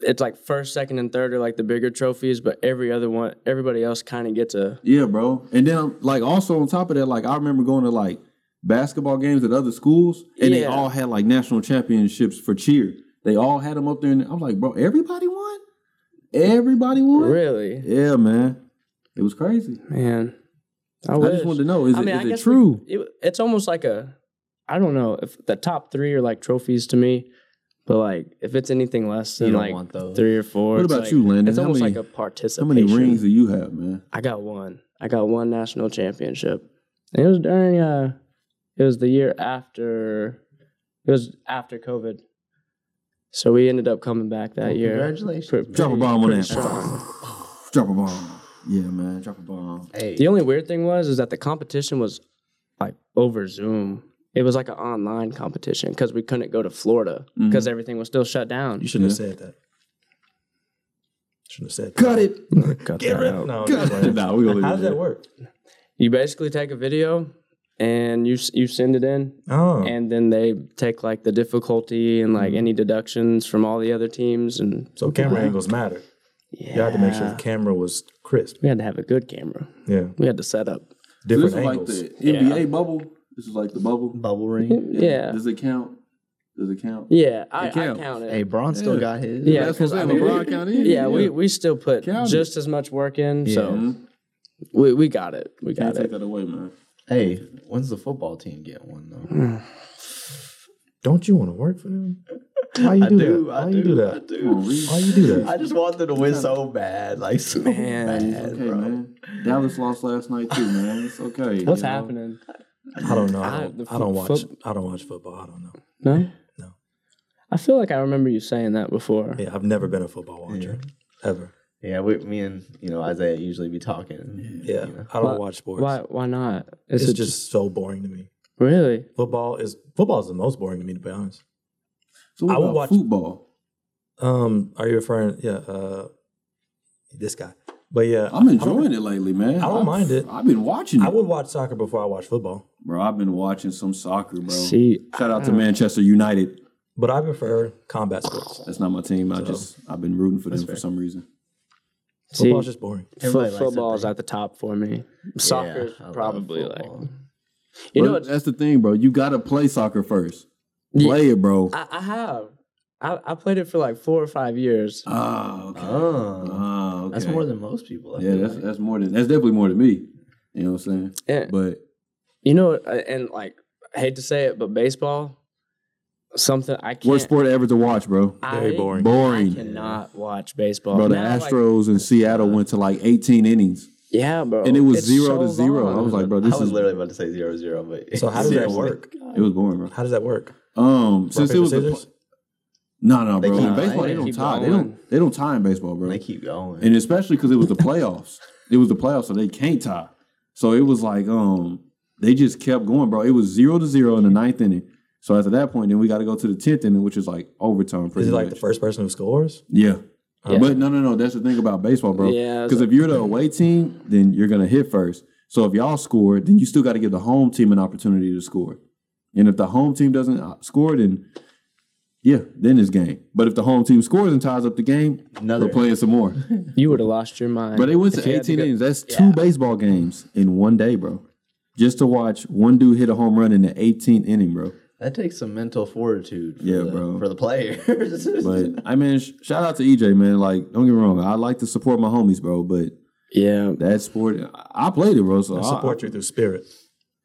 Speaker 2: it's like first, second, and third are like the bigger trophies, but every other one, everybody else kind of gets a.
Speaker 1: Yeah, bro. And then like also on top of that, like I remember going to like basketball games at other schools, and they
Speaker 2: Yeah.
Speaker 1: all had like national championships for cheer. They all had them up there, and I'm like, bro, everybody won. Everybody won.
Speaker 2: Really,
Speaker 1: Yeah, man. It was crazy.
Speaker 2: man. I,
Speaker 1: I
Speaker 2: wish.
Speaker 1: just wanted to know, is
Speaker 2: I
Speaker 1: it,
Speaker 2: mean, I
Speaker 1: is it
Speaker 2: guess we-
Speaker 1: true?
Speaker 2: it, it's almost like a I don't know if the top three are like trophies to me, but like if it's anything less
Speaker 4: You
Speaker 2: than
Speaker 4: don't
Speaker 2: like
Speaker 4: want those.
Speaker 2: three or four,
Speaker 1: What
Speaker 2: it's
Speaker 1: about
Speaker 2: like-
Speaker 1: you, Landon?
Speaker 2: It's
Speaker 1: How
Speaker 2: almost
Speaker 1: many-
Speaker 2: like a
Speaker 1: How
Speaker 2: participation.
Speaker 1: many rings do you have, man?
Speaker 2: I got one. I got one national championship. And it was during uh it was the year after it was after COVID. So we ended up coming back that year.
Speaker 4: Congratulations.
Speaker 2: Pre-
Speaker 1: Drop a
Speaker 2: pretty-
Speaker 1: bomb on
Speaker 2: pretty
Speaker 1: that.
Speaker 2: strong.
Speaker 1: Drop a bomb. Yeah, man. Drop a bomb.
Speaker 4: Hey,
Speaker 2: The only weird thing was is that the competition was like over Zoom. It was like an online competition because we couldn't go to Florida because everything was still shut down.
Speaker 3: You shouldn't have said that. Shouldn't have said.
Speaker 1: Cut it.
Speaker 2: Cut
Speaker 3: That. Get
Speaker 2: that
Speaker 3: rid.
Speaker 2: out.
Speaker 3: No.
Speaker 1: Cut it. nah, we gonna
Speaker 3: How does
Speaker 1: leave it.
Speaker 3: that work?
Speaker 2: You basically take a video and you s- you send it in,
Speaker 3: Oh,
Speaker 2: and then they take like the difficulty and like any deductions from all the other teams, and
Speaker 3: so camera angles matter.
Speaker 2: yeah,
Speaker 3: You had to make sure the camera was crisp.
Speaker 2: we had to have a good camera.
Speaker 3: Yeah,
Speaker 2: We had to set up.
Speaker 1: there. This
Speaker 3: different
Speaker 1: is like
Speaker 3: angles.
Speaker 1: the NBA bubble. This is like the bubble.
Speaker 4: bubble ring.
Speaker 2: Yeah,
Speaker 1: Does it count? Does it count?
Speaker 2: yeah, I, I
Speaker 1: counts.
Speaker 2: count it.
Speaker 4: Hey, Braun still
Speaker 1: Yeah.
Speaker 4: got his.
Speaker 2: Yeah,
Speaker 1: That's what I'm
Speaker 2: I
Speaker 1: saying.
Speaker 2: mean,
Speaker 1: LeBron
Speaker 2: we-
Speaker 1: count
Speaker 2: Yeah,
Speaker 1: in.
Speaker 2: we we still put
Speaker 1: Count it.
Speaker 2: just as much work in, so
Speaker 4: Yeah.
Speaker 2: we we got it. We
Speaker 1: can't
Speaker 2: got
Speaker 1: take
Speaker 2: it.
Speaker 1: that away, man.
Speaker 4: Hey, when's the football team get one
Speaker 1: Mm.
Speaker 4: though?
Speaker 3: Don't you want to work for them? Why you do, that? Why you do
Speaker 4: I
Speaker 3: that?
Speaker 1: Come
Speaker 4: do.
Speaker 1: on, Reed.
Speaker 3: Why you do that?
Speaker 4: I just want them to win so bad, like so
Speaker 2: Man,
Speaker 4: bad,
Speaker 1: Okay,
Speaker 4: bro.
Speaker 1: man. Dallas lost last night too, man. It's okay.
Speaker 2: What's
Speaker 1: you know?
Speaker 2: happening?
Speaker 3: I don't know.
Speaker 2: I-
Speaker 3: I don't,
Speaker 2: the
Speaker 3: I don't
Speaker 2: foot-
Speaker 3: watch. I don't watch football. I don't know.
Speaker 2: No,
Speaker 3: No.
Speaker 2: I feel like I remember you saying that before.
Speaker 3: Yeah, I've never been a football watcher ever.
Speaker 4: Yeah, we, me and you know Isaiah usually be talking.
Speaker 3: Yeah,
Speaker 4: you know.
Speaker 3: I don't
Speaker 2: Why-
Speaker 3: watch sports.
Speaker 2: Why? Why not? Is
Speaker 3: It's,
Speaker 2: it
Speaker 3: just so boring to me.
Speaker 2: really?
Speaker 3: Football is football is the most boring to me, to be honest.
Speaker 1: So what
Speaker 3: I would
Speaker 1: about
Speaker 3: watch-
Speaker 1: football.
Speaker 3: Um, are you referring? Yeah, uh, this guy. But yeah,
Speaker 1: I'm
Speaker 3: I- I don't-
Speaker 1: enjoying it lately, man.
Speaker 3: I don't
Speaker 1: I've-
Speaker 3: mind it.
Speaker 1: I've been watching
Speaker 3: I
Speaker 1: it,
Speaker 3: would watch soccer before I watch football,
Speaker 1: bro. I've been watching some soccer, bro.
Speaker 2: See,
Speaker 1: Shout out to Manchester United.
Speaker 3: but I prefer combat sports.
Speaker 1: That's not my team. I just I've been rooting for them for some reason.
Speaker 2: see,
Speaker 3: Football's just boring.
Speaker 4: Everybody
Speaker 2: fo-
Speaker 4: likes
Speaker 2: football's
Speaker 4: something.
Speaker 2: at the top for me. Soccer's
Speaker 4: I love
Speaker 2: probably like
Speaker 4: football.
Speaker 2: you
Speaker 1: Bro,
Speaker 2: know. It's,
Speaker 1: that's the thing, bro. You gotta play soccer first.
Speaker 2: Yeah.
Speaker 1: Play it, bro.
Speaker 2: I, I have. I, I played it for like four or five years.
Speaker 1: Ah, okay.
Speaker 4: Oh,
Speaker 1: Ah, okay.
Speaker 4: that's more than most people. I
Speaker 1: yeah.
Speaker 4: feel
Speaker 1: That's
Speaker 4: like.
Speaker 1: that's more than that's definitely more than me. You know what I'm saying?
Speaker 2: And,
Speaker 1: But
Speaker 2: you know, uh, and like I hate to say it, but baseball, something I can't.
Speaker 1: worst sport ever to watch, bro.
Speaker 2: I,
Speaker 3: Very boring.
Speaker 2: I
Speaker 1: Boring.
Speaker 2: cannot watch baseball.
Speaker 1: Bro, the
Speaker 2: Now, like-
Speaker 1: Astros in Seattle went to like 18 innings,
Speaker 2: yeah, bro,
Speaker 1: and it was
Speaker 2: it's
Speaker 1: zero
Speaker 2: so
Speaker 1: to zero.
Speaker 2: long.
Speaker 1: I was like, bro, this
Speaker 4: I was
Speaker 1: is
Speaker 4: literally about to say zero zero, but
Speaker 3: So how does that
Speaker 1: Seriously.
Speaker 3: work?
Speaker 1: it was boring, bro.
Speaker 3: How does that work?
Speaker 1: Um, since it
Speaker 3: paper,
Speaker 1: was the
Speaker 3: scissors?
Speaker 1: pl- no, no,
Speaker 4: They
Speaker 1: bro.
Speaker 4: keep
Speaker 1: in baseball,
Speaker 4: going.
Speaker 1: they don't
Speaker 2: Keep
Speaker 1: tie. They
Speaker 2: going.
Speaker 1: don't. They don't tie in baseball, bro.
Speaker 4: They keep going.
Speaker 1: and especially because it was the playoffs. it was the playoffs, so they can't tie. So it was like um, they just kept going, bro. It was zero to zero in the ninth inning. So after that point, then we got to go to the tenth inning, which is like overtime, pretty
Speaker 3: Is it
Speaker 1: much.
Speaker 3: like the first person who scores?
Speaker 1: yeah.
Speaker 2: Yeah.
Speaker 1: But no, no, no. That's the thing about baseball, bro.
Speaker 2: Yeah, it's
Speaker 1: Because if you're the away team, then you're gonna hit first. So if y'all score, then you still got to give the home team an opportunity to score. And if the home team doesn't uh, score, then yeah, then it's game. But if the home team scores and ties up the game,
Speaker 4: Another-
Speaker 1: we're playing some more.
Speaker 2: You would have lost your mind.
Speaker 1: But they went
Speaker 2: if
Speaker 1: to
Speaker 2: you had
Speaker 1: 18
Speaker 2: go-
Speaker 1: innings. That's two baseball games in one day, bro. Just to watch one dude hit a home run in the 18th inning, bro.
Speaker 4: that takes some mental fortitude. For
Speaker 1: Yeah,
Speaker 4: the,
Speaker 1: bro.
Speaker 4: for the players.
Speaker 1: But I mean, sh- shout out to EJ, man. Like, don't get me wrong, I like to support my homies, bro. But
Speaker 2: Yeah,
Speaker 1: that sport, I I played it, bro. So I,
Speaker 3: Support you through spirit.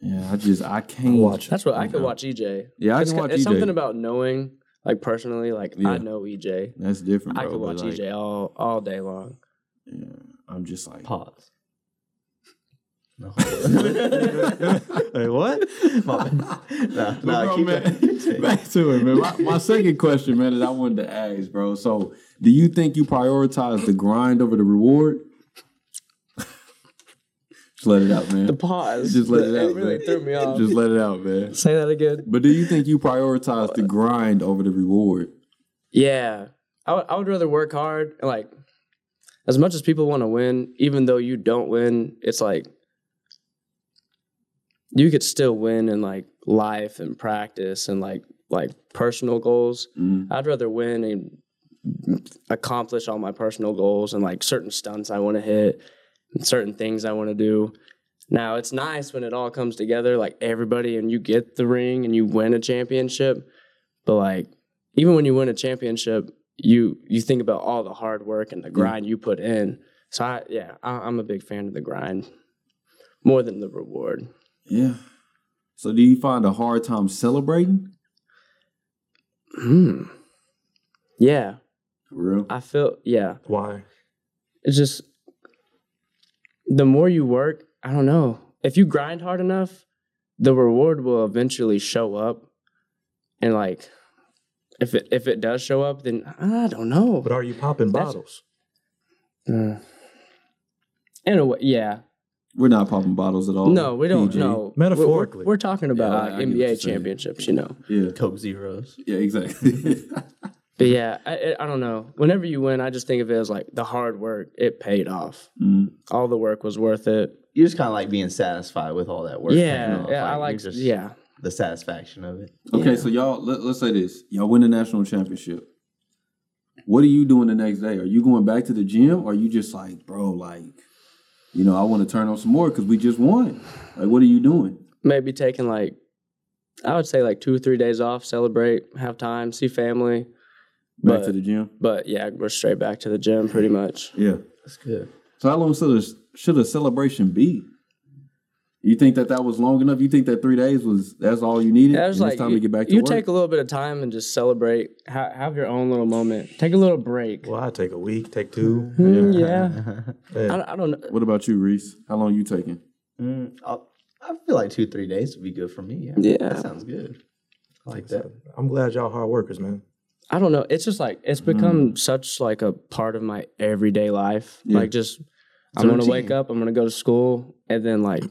Speaker 1: Yeah, I just I can't
Speaker 3: Watch.
Speaker 2: that's what I could watch. EJ.
Speaker 1: Yeah, I
Speaker 2: it's,
Speaker 1: can watch
Speaker 2: it's
Speaker 1: EJ.
Speaker 2: something about knowing, like personally, like
Speaker 1: Yeah.
Speaker 2: I know EJ.
Speaker 1: That's different.
Speaker 2: I
Speaker 1: bro,
Speaker 2: could
Speaker 1: but,
Speaker 2: watch E
Speaker 1: like,
Speaker 2: EJ all all day long.
Speaker 1: Yeah, I'm just like
Speaker 4: pause. No.
Speaker 3: Hey, what?
Speaker 4: My bad. no, no,
Speaker 1: Bro,
Speaker 4: keep
Speaker 1: man,
Speaker 4: going.
Speaker 1: back to it, man. My, my second question, man, that I wanted to ask, bro. So, do you think you prioritize the grind over the reward? just let it out, man.
Speaker 2: The pause.
Speaker 1: Just let it out,
Speaker 2: really
Speaker 1: man.
Speaker 2: threw me off.
Speaker 1: Just let it out, man.
Speaker 2: Say that again.
Speaker 1: But do you think you prioritize the grind over the reward?
Speaker 2: Yeah, I would. I would rather work hard. and, Like, as much as people want to win, even though you don't win, it's like you could still win in like life and practice and like like personal goals.
Speaker 1: Mhm.
Speaker 2: I'd rather win and accomplish all my personal goals and like certain stunts I want to hit and certain things I want to do. Now it's nice when it all comes together, like everybody and you get the ring and you win a championship. But like even when you win a championship, you you think about all the hard work and the grind you put in. So I yeah, I, I'm a big fan of the grind more than the reward.
Speaker 1: Yeah. So, do you find a hard time celebrating?
Speaker 2: Hmm. Yeah,
Speaker 1: For real?
Speaker 2: I feel yeah.
Speaker 3: Why?
Speaker 2: it's just the more you work, I don't know. If you grind hard enough, the reward will eventually show up. And like if it if it does show up, then I don't know.
Speaker 3: But are you popping
Speaker 2: That's-
Speaker 3: bottles?
Speaker 2: Mm. In a way, yeah.
Speaker 1: We're not popping bottles at all.
Speaker 2: no, we don't
Speaker 1: PG.
Speaker 2: know.
Speaker 3: Metaphorically.
Speaker 2: we're, talking about
Speaker 1: Yeah, I- I get
Speaker 2: like,
Speaker 1: what you're
Speaker 2: NBA
Speaker 1: saying.
Speaker 2: championships, you know.
Speaker 1: Yeah.
Speaker 4: Coke Zeros.
Speaker 1: Yeah. Exactly.
Speaker 2: But yeah, I, I- I don't know. Whenever you win, I just think of it as like the hard work. It paid off.
Speaker 1: Mm.
Speaker 2: All the work was worth it.
Speaker 4: You just kind of like being satisfied with all that work.
Speaker 2: yeah,
Speaker 4: paying off.
Speaker 2: yeah. I like.
Speaker 4: you're just
Speaker 2: yeah,
Speaker 4: the satisfaction of it.
Speaker 1: Okay,
Speaker 2: Yeah.
Speaker 1: so y'all let, let's say this: y'all win the national championship. What are you doing the next day? Are you going back to the gym? Or are you just like, bro, like, you know, I want to turn on some more because we just won. Like, what are you doing?
Speaker 2: maybe taking like I would say like two or three days off, celebrate, have time, see family.
Speaker 1: Back
Speaker 2: But-
Speaker 1: to the gym?
Speaker 2: But yeah, we're straight back to the gym pretty much.
Speaker 1: Yeah.
Speaker 4: That's good.
Speaker 1: So how long should a, should a celebration be? You think that that was long enough? You think that three days was that's all you needed?
Speaker 2: Yeah, it's
Speaker 1: and
Speaker 2: like
Speaker 1: it's time
Speaker 2: you,
Speaker 1: to get back to
Speaker 2: you
Speaker 1: work.
Speaker 2: take a little bit of time and just celebrate. Ha- have your own little moment. Take a little break.
Speaker 3: Well, I take a week, take two.
Speaker 2: Mm, yeah, I,
Speaker 3: Yeah.
Speaker 2: don't- I don't know.
Speaker 1: what about you, Reese? How long you taking?
Speaker 4: Mm, I'll- I feel like two three days would be good for me. Yeah,
Speaker 2: Yeah.
Speaker 4: that sounds good. I like that.
Speaker 3: I'm glad y'all hard workers, man.
Speaker 2: I don't know. It's just like it's
Speaker 1: Mm-hmm.
Speaker 2: become such like a part of my everyday life.
Speaker 1: Yeah.
Speaker 2: Like just
Speaker 4: a
Speaker 2: I'm gonna wake
Speaker 4: routine.
Speaker 2: up, I'm gonna go to school, and then like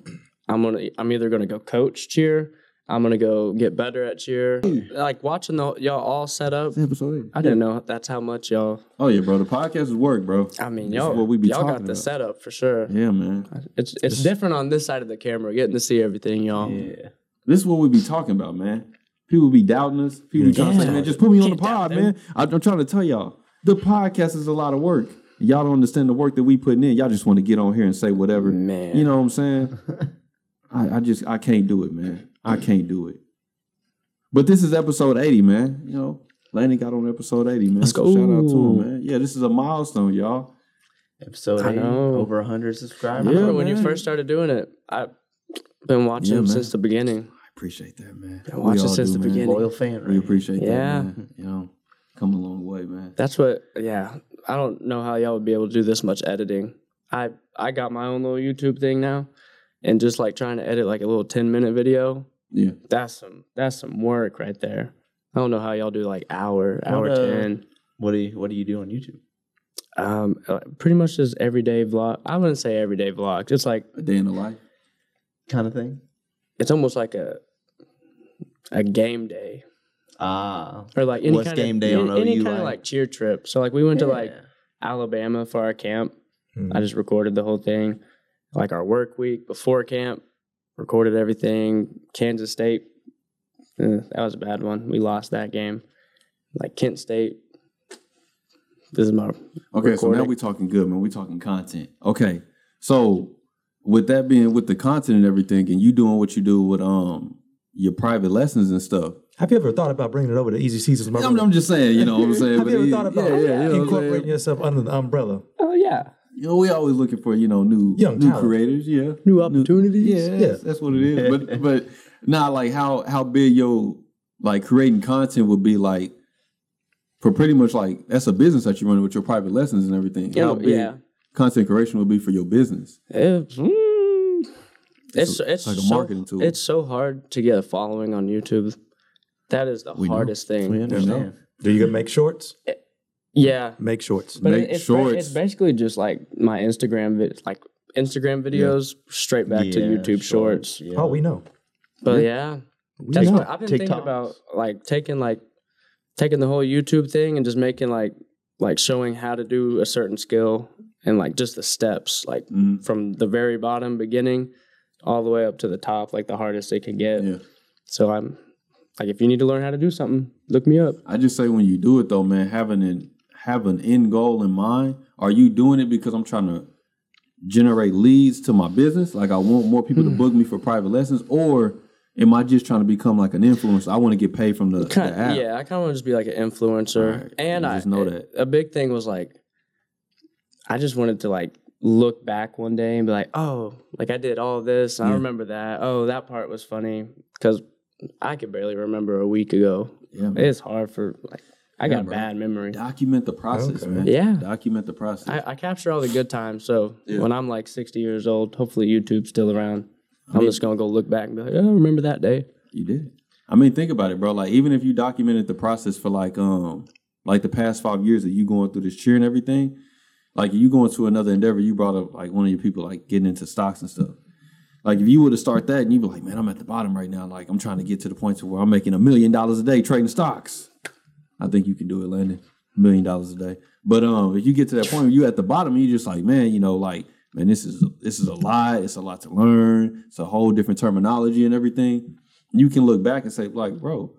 Speaker 2: I'm gonna I'm either gonna go coach cheer, I'm gonna go get better at cheer.
Speaker 1: Mm.
Speaker 2: Like watching the y'all all set up.
Speaker 1: Episode eight.
Speaker 2: I didn't know that's how much y'all
Speaker 1: Oh yeah, bro. The podcast is work, bro.
Speaker 2: I mean
Speaker 1: This
Speaker 2: y'all
Speaker 1: is what we be
Speaker 2: y'all got
Speaker 1: talking
Speaker 2: the
Speaker 1: about.
Speaker 2: setup for sure.
Speaker 1: Yeah, man.
Speaker 2: It's it's different on this side of the camera, getting to see everything, y'all.
Speaker 1: Yeah. This is what we be talking about, man. People be doubting us. People be trying to say, man, just put me on the pod, man. I- I'm trying to tell y'all, the podcast is a lot of work. Y'all don't understand the work that we putting in. Y'all just want to get on here and say whatever.
Speaker 2: Man.
Speaker 1: You know what I'm saying? I, I just I can't do it, man. I can't do it. But this is episode 80, man. You know, Landon got on episode 80, man.
Speaker 2: Let's
Speaker 1: So
Speaker 2: go.
Speaker 1: Shout out to him, man. Yeah, this is a milestone, y'all.
Speaker 4: Episode
Speaker 2: I
Speaker 4: eight,
Speaker 2: know.
Speaker 4: over 100
Speaker 2: I
Speaker 4: subscribers.
Speaker 2: remember
Speaker 1: Yeah,
Speaker 2: when you
Speaker 1: man.
Speaker 2: first started doing it. I've been watching
Speaker 1: Yeah, man.
Speaker 2: since the beginning.
Speaker 1: I appreciate that, man.
Speaker 2: Been watching
Speaker 1: We all
Speaker 2: since
Speaker 1: do,
Speaker 2: the
Speaker 1: man.
Speaker 2: beginning.
Speaker 4: Loyal fan,
Speaker 1: We
Speaker 4: right?
Speaker 1: appreciate
Speaker 2: Yeah.
Speaker 1: that, man. You know, come a long way, man.
Speaker 2: That's what. Yeah, I don't know how y'all would be able to do this much editing. I I got my own little YouTube thing now, and just like trying to edit like a little ten minute video.
Speaker 1: Yeah.
Speaker 2: That's some that's some work right there. I don't know how y'all do like hour hour
Speaker 4: What, uh,
Speaker 2: ten.
Speaker 4: What do you What do you do on YouTube?
Speaker 2: Um, uh, pretty much just everyday vlog. I wouldn't say everyday vlog. It's like
Speaker 1: A day in the life.
Speaker 4: Kind of thing.
Speaker 2: it's almost like a a game day
Speaker 4: Ah,
Speaker 2: or like any
Speaker 4: What's
Speaker 2: kind of-
Speaker 4: game day on
Speaker 2: any, any
Speaker 4: OU
Speaker 2: kind of
Speaker 4: like?
Speaker 2: like cheer trip. So like we went to
Speaker 4: Yeah.
Speaker 2: like Alabama for our camp.
Speaker 3: Mhm.
Speaker 1: Mm-hmm.
Speaker 2: I just recorded the whole thing, like our work week before camp, recorded everything. Kansas State, eh, that was a bad one. We lost that game. Like Kent State, this is my
Speaker 1: Okay, so now
Speaker 2: recording.
Speaker 1: we talking good, man. We talking content. Okay, so with that being with the content and everything, and you doing what you do with um your private lessons and stuff.
Speaker 3: Have you ever thought about bringing it over to Easy Seasons? with my
Speaker 1: I'm,
Speaker 3: brother?
Speaker 1: I'm just saying, you know what I'm saying.
Speaker 3: Have
Speaker 1: but
Speaker 3: you ever
Speaker 1: yeah,
Speaker 3: thought about
Speaker 1: yeah, yeah, you know what I'm
Speaker 3: incorporating
Speaker 1: saying?
Speaker 3: yourself under the umbrella?
Speaker 2: oh yeah,
Speaker 1: You know, we always looking for you know new
Speaker 3: Young
Speaker 1: new
Speaker 3: talent.
Speaker 1: creators, yeah,
Speaker 2: new opportunities.
Speaker 1: yeah, that's, that's what it is. But but nah, like how how big your like creating content would be like for pretty much like that's a business that you're running with your private lessons and everything.
Speaker 2: Yeah,
Speaker 1: how big
Speaker 2: yeah.
Speaker 1: content creation would be for your business.
Speaker 2: It's, mm, it's, it's
Speaker 1: like a
Speaker 2: so-
Speaker 1: marketing tool.
Speaker 2: It's so hard to get a following on YouTube. That is the
Speaker 1: know.
Speaker 2: hardest thing.
Speaker 4: we understand.
Speaker 3: Do you gonna make shorts?
Speaker 2: Yeah,
Speaker 3: Make shorts.
Speaker 2: But
Speaker 1: Make
Speaker 2: it- it's, ba-
Speaker 1: shorts.
Speaker 2: it's basically just like my Instagram, vid- like Instagram videos, straight back to
Speaker 4: Yeah,
Speaker 2: YouTube Shorts.
Speaker 4: Yeah.
Speaker 3: Oh, we know.
Speaker 2: But yeah,
Speaker 3: We
Speaker 2: that's
Speaker 3: know.
Speaker 2: what I've been thinking
Speaker 4: TikToks.
Speaker 2: about, like taking like taking the whole YouTube thing and just making like like showing how to do a certain skill and like just the steps, like
Speaker 1: Mm,
Speaker 2: from the very bottom beginning all the way up to the top, like the hardest it can get.
Speaker 1: yeah.
Speaker 2: So I'm like, if you need to learn how to do something, look me up.
Speaker 1: I just say when you do it though, man, having an have an end goal in mind. Are you doing it because I'm trying to generate leads to my business? Like I want more people
Speaker 2: Hmm.
Speaker 1: to book me for private lessons, or am I just trying to become like an influencer? I want to get paid from the,
Speaker 2: Kind
Speaker 1: the app.
Speaker 2: yeah, I kind of want to just be like an influencer,
Speaker 1: Right.
Speaker 2: and
Speaker 1: You
Speaker 2: I
Speaker 1: just know that.
Speaker 2: a big thing was like, I just wanted to like look back one day and be like, oh, like I did all this, and I
Speaker 1: Yeah.
Speaker 2: remember that. Oh, that part was funny because I could barely remember a week ago.
Speaker 1: Yeah, man.
Speaker 2: It's hard for like I got
Speaker 1: bro.
Speaker 2: bad memory.
Speaker 1: Document the process,
Speaker 3: Okay.
Speaker 1: man.
Speaker 2: Yeah.
Speaker 1: Document the process.
Speaker 2: I, I capture all the good times, so when I'm like 60 years old, hopefully YouTube's still around. I'm just gonna go look back and be like, oh, remember that day?
Speaker 1: you did. it. I mean, think about it, bro. Like even if you documented the process for like um like the past five years of you going through this cheer and everything, like you going to another endeavor, you brought up like one of your people like getting into stocks and stuff. Like if you were to start that and you'd be like, man, I'm at the bottom right now. Like I'm trying to get to the point to where I'm making a million dollars a day trading stocks. I think you can do it, Landon. A million dollars a day. But um, if you get to that point where you at the bottom, and you're just like, man, you know, like, man, this is this is a lot. It's a lot to learn. It's a whole different terminology and everything. You can look back and say, like, bro,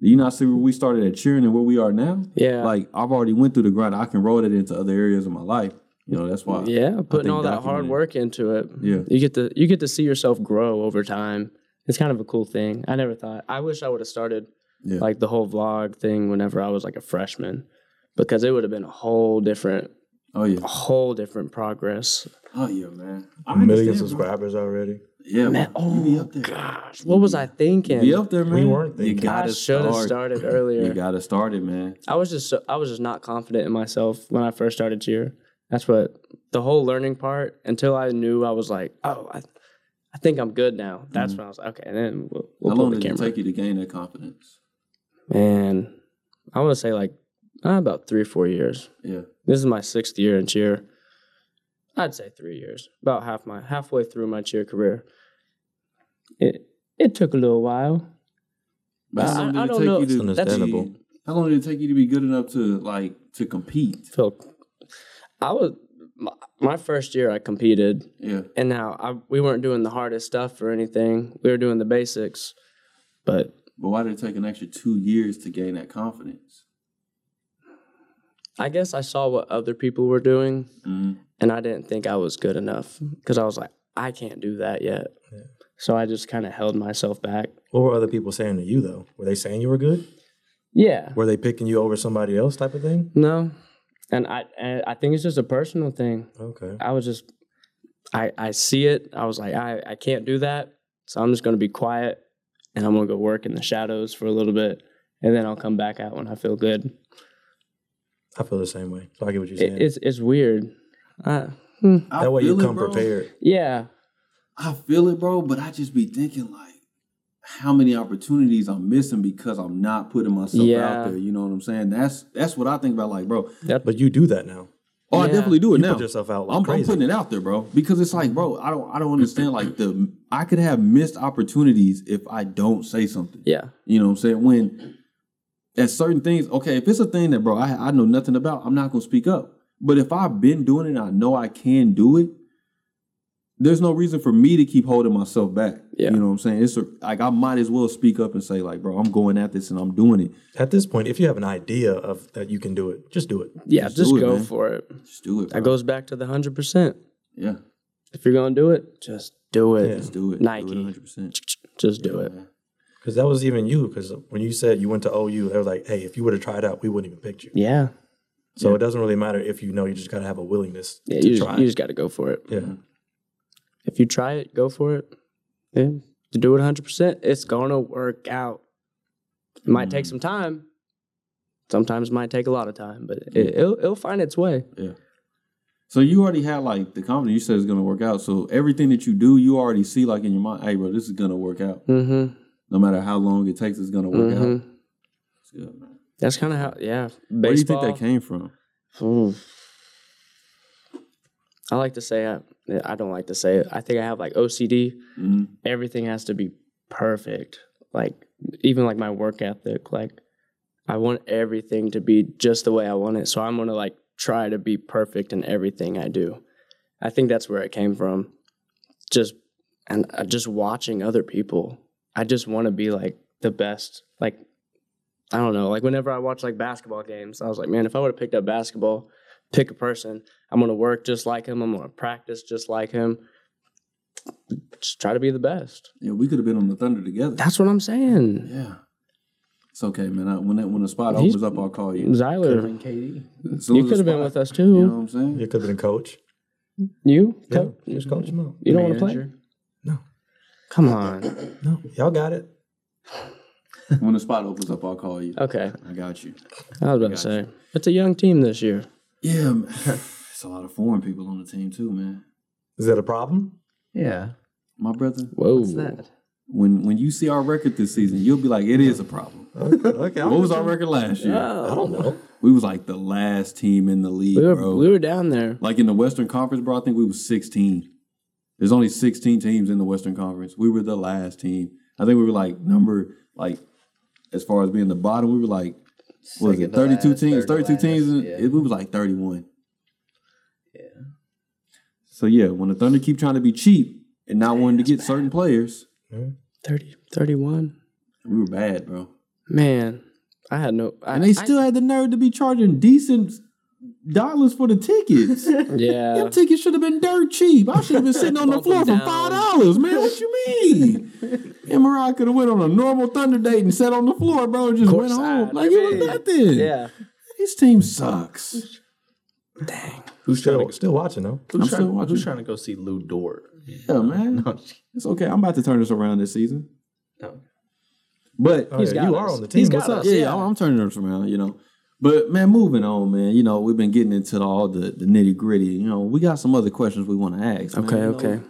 Speaker 1: do you not see where we started at cheering and where we are now?
Speaker 2: Yeah.
Speaker 1: Like I've already went through the grind. I can roll it into other areas of my life. You know, that's why.
Speaker 2: Yeah, putting
Speaker 1: think
Speaker 2: all that hard
Speaker 1: documenting-
Speaker 2: work into it.
Speaker 1: Yeah.
Speaker 2: You get to you get to see yourself grow over time. It's kind of a cool thing. I never thought. I wish I would have started
Speaker 1: Yeah.
Speaker 2: like the whole vlog thing whenever I was like a freshman because it would have been a whole different
Speaker 1: Oh yeah.
Speaker 2: a whole different progress.
Speaker 1: Oh yeah, man. I
Speaker 3: A million
Speaker 1: understand, bro.
Speaker 3: subscribers already.
Speaker 1: Yeah, man.
Speaker 2: oh,
Speaker 1: you be up there.
Speaker 2: Gosh, what was I thinking?
Speaker 1: Be up there, man.
Speaker 3: weren't
Speaker 1: You
Speaker 3: thinking.
Speaker 2: I
Speaker 1: gotta
Speaker 2: should have
Speaker 1: start.
Speaker 2: started
Speaker 1: You
Speaker 2: earlier.
Speaker 1: gotta start it, man.
Speaker 2: I was just so, I was just not confident in myself when I first started cheer. That's what the whole learning part until I knew I was like, oh, I, I think I'm good now. That's when I was like, okay, then we'll,
Speaker 1: Mm-hmm.
Speaker 2: we'll
Speaker 1: How long
Speaker 2: pull the
Speaker 1: did
Speaker 2: camera.
Speaker 1: it take you to gain that confidence?
Speaker 2: Man, I want to say like uh, about three or four years.
Speaker 1: Yeah.
Speaker 2: This is my sixth year in cheer. I'd say three years, about half my halfway through my cheer career. It it took a little while.
Speaker 1: But how
Speaker 2: I-
Speaker 1: long did
Speaker 2: I
Speaker 1: it
Speaker 2: don't
Speaker 1: take
Speaker 2: know.
Speaker 1: you to-
Speaker 3: That's understandable.
Speaker 1: How long did it take you to be good enough to like to compete?
Speaker 2: Phil, I was my, my first year. I competed.
Speaker 1: Yeah.
Speaker 2: and now I, we weren't doing the hardest stuff or anything. We were doing the basics, but
Speaker 1: But why did it take an extra two years to gain that confidence?
Speaker 2: I guess I saw what other people were doing,
Speaker 1: Mhm.
Speaker 2: and I didn't think I was good enough because I was like, I can't do that yet.
Speaker 3: Yeah.
Speaker 2: So I just kind of held myself back.
Speaker 3: What were other people saying to you though? Were they saying you were good?
Speaker 2: Yeah,
Speaker 3: Were they picking you over somebody else type of thing?
Speaker 2: no, and I and I think it's just a personal thing.
Speaker 3: Okay.
Speaker 2: I was just, I I see it. I was like, I I can't do that. So I'm just gonna be quiet, and I'm gonna go work in the shadows for a little bit, and then I'll come back out when I feel good.
Speaker 3: I feel the same way. So I get what you're saying.
Speaker 2: it, it's it's weird. I,
Speaker 1: I
Speaker 3: that way you
Speaker 1: feel it,
Speaker 3: come
Speaker 1: bro.
Speaker 3: prepared.
Speaker 2: yeah,
Speaker 1: I feel it, bro, but I just be thinking like how many opportunities I'm missing because I'm not putting myself
Speaker 2: Yeah.
Speaker 1: out there. You know what I'm saying? That's that's what I think about. Like, bro,
Speaker 3: But you do that now.
Speaker 1: oh, I
Speaker 2: Yeah.
Speaker 1: definitely do it
Speaker 3: You
Speaker 1: now.
Speaker 3: put yourself out like
Speaker 1: I'm, I'm
Speaker 3: crazy.
Speaker 1: putting it out there, bro, because it's like, bro, I don't, I don't understand. Like the, I could have missed opportunities if I don't say something.
Speaker 2: yeah,
Speaker 1: You know what I'm saying? When at certain things, okay, if it's a thing that bro, I, I know nothing about, I'm not gonna speak up. But if I've been doing it and I know I can do it, there's no reason for me to keep holding myself back.
Speaker 2: Yeah.
Speaker 1: You know what I'm saying? It's a, like I might as well speak up and say, like, bro, I'm going at this and I'm doing it.
Speaker 3: At this point, if you have an idea of that you can do it, just do it.
Speaker 2: yeah.
Speaker 1: Just
Speaker 2: Just,
Speaker 1: do it,
Speaker 2: go
Speaker 1: man.
Speaker 2: for it.
Speaker 1: Just do it.
Speaker 2: That
Speaker 1: bro.
Speaker 2: goes back to the hundred percent.
Speaker 1: Yeah,
Speaker 2: If you're gonna do it, just do it.
Speaker 1: just do it.
Speaker 2: Nike.
Speaker 1: Do it 100%.
Speaker 2: Just do it.
Speaker 3: Because that was even you. Because when you said you went to OU, they were like, "Hey, if you would have tried out, we wouldn't even pick you."
Speaker 2: Yeah,
Speaker 3: So it doesn't really matter if you know. You just gotta have a willingness
Speaker 2: yeah.
Speaker 3: to
Speaker 2: You
Speaker 3: try.
Speaker 2: just, you just got to go for it.
Speaker 3: yeah,
Speaker 2: If you try it, go for it. Yeah, to do it hundred percent, it's gonna work out. It might
Speaker 1: Mm.
Speaker 2: take some time. Sometimes it might take a lot of time,
Speaker 1: Mm.
Speaker 2: but it, it'll it'll find its way.
Speaker 1: So you already had like the confidence. You said it's gonna work out. So everything that you do, you already see like in your mind, hey, bro, this is gonna work out.
Speaker 2: Mm-hmm.
Speaker 1: No matter how long it takes, it's gonna work out.
Speaker 2: hmm
Speaker 1: It's good, man.
Speaker 2: That's kind of how. Yeah. Baseball.
Speaker 1: Where do you think that came from?
Speaker 2: Ooh. Mm. I like to say I, I don't like to say it. I think I have like OCD.
Speaker 1: Mhm.
Speaker 2: Everything has to be perfect. Like even like my work ethic. Like I want everything to be just the way I want it. So I'm gonna like try to be perfect in everything I do. I think that's where it came from. Just and uh, just watching other people. I just want to be like the best. Like I don't know. Like whenever I watch like basketball games, I was like, man, if I would have picked up basketball, pick a person, I'm gonna work just like him. I'm gonna practice just like him. Just try to be the best.
Speaker 1: Yeah, we could have been on the Thunder together.
Speaker 2: That's what I'm saying.
Speaker 1: Yeah. It's okay, man. I, when that when the spot
Speaker 2: He's-
Speaker 1: opens up, I'll call you.
Speaker 2: Zyler,
Speaker 4: KD.
Speaker 1: As soon
Speaker 2: you
Speaker 1: as the
Speaker 2: could have been
Speaker 1: spot-
Speaker 2: with us
Speaker 1: You know what
Speaker 2: too.
Speaker 1: I'm saying?
Speaker 3: you could have been a coach.
Speaker 2: You,
Speaker 3: Yeah,
Speaker 2: Co-
Speaker 3: just coach them out.
Speaker 2: you don't want to play?
Speaker 3: No.
Speaker 2: Come on.
Speaker 3: No, y'all got it.
Speaker 1: When the spot opens up, I'll call you.
Speaker 2: Okay,
Speaker 1: I got you.
Speaker 2: I was about to say it's a young team this year.
Speaker 1: Yeah, man. it's a lot of foreign people on the team too, man.
Speaker 3: Is that a problem?
Speaker 4: Yeah.
Speaker 1: My brother,
Speaker 2: Whoa.
Speaker 4: What's that?
Speaker 1: when when you see our record this season, you'll be like, it is a problem.
Speaker 3: Okay, okay,
Speaker 1: What
Speaker 3: I'm-
Speaker 1: was our record last year?
Speaker 3: I don't know.
Speaker 1: We was like the last team in the league,
Speaker 2: We were
Speaker 1: bro.
Speaker 2: we were down there.
Speaker 1: Like in the Western Conference, bro, I think we was 16. There's only 16 teams in the Western Conference. We were the last team. I think we were like number like as far as being the bottom, we were like what was it
Speaker 4: Second to
Speaker 1: 32
Speaker 4: last,
Speaker 1: teams,
Speaker 4: third
Speaker 1: 32
Speaker 4: to
Speaker 1: teams.
Speaker 4: last,
Speaker 1: and
Speaker 4: yeah.
Speaker 1: It, we was like 31.
Speaker 4: Yeah.
Speaker 1: So yeah, when the Thunder keep trying to be cheap and not wanting to get certain players,
Speaker 2: 30, 31.
Speaker 1: we were bad, bro.
Speaker 2: Man, I had no. I,
Speaker 1: And they
Speaker 2: I-
Speaker 1: still had the nerve to be charging decent dollars for the tickets.
Speaker 2: yeah.
Speaker 1: Them tickets should have been dirt cheap. I should have been sitting on the
Speaker 2: Bump
Speaker 1: floor for
Speaker 2: them
Speaker 1: five dollars, man. What you mean? and Mariah could have went on a normal Thunder date and sat on the floor, bro, and just went home
Speaker 2: Courtside,
Speaker 1: like it was
Speaker 2: baby.
Speaker 1: nothing.
Speaker 2: Yeah.
Speaker 1: this team sucks.
Speaker 4: Who's trying
Speaker 3: Still,
Speaker 4: to
Speaker 3: still watching though.
Speaker 1: I'm
Speaker 4: who's
Speaker 1: still
Speaker 4: trying,
Speaker 1: watching.
Speaker 4: who's trying to go see Lou Dort?
Speaker 1: Yeah, man,
Speaker 4: No,
Speaker 1: it's okay. I'm about to turn this around this season,
Speaker 4: no.
Speaker 1: but
Speaker 3: Oh,
Speaker 2: He's
Speaker 3: yeah,
Speaker 2: got
Speaker 3: you
Speaker 2: us.
Speaker 3: are on the team.
Speaker 2: He's
Speaker 3: What's
Speaker 2: got
Speaker 3: up?
Speaker 2: us.
Speaker 1: yeah, I'm, I'm turning this around, you know. But man, moving on, man. You know, we've been getting into all the, the nitty gritty. You know, we got some other questions we want to ask. man,
Speaker 2: Okay,
Speaker 1: you know.
Speaker 2: okay.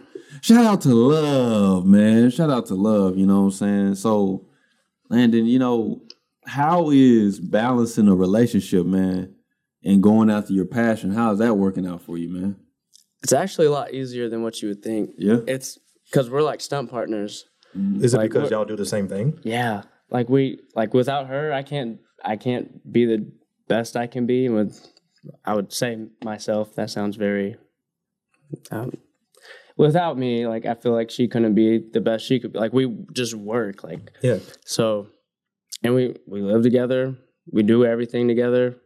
Speaker 1: Shout out to love, man. Shout out to love. You know what I'm saying? So, Landon, you know, how is balancing a relationship, man, and going after your passion? How is that working out for you, man?
Speaker 2: It's actually a lot easier than what you would think.
Speaker 1: Yeah.
Speaker 2: It's because we're like stunt partners.
Speaker 3: Is it
Speaker 2: Like,
Speaker 3: because
Speaker 2: what-
Speaker 3: y'all do the same thing?
Speaker 2: Yeah. Like we like without her, I can't I can't be the best I can be. And with I would say myself, that sounds very um, without me, like I feel like she couldn't be the best she could be. Like we just work. Like
Speaker 3: Yeah.
Speaker 2: so and we we live together, we do everything together.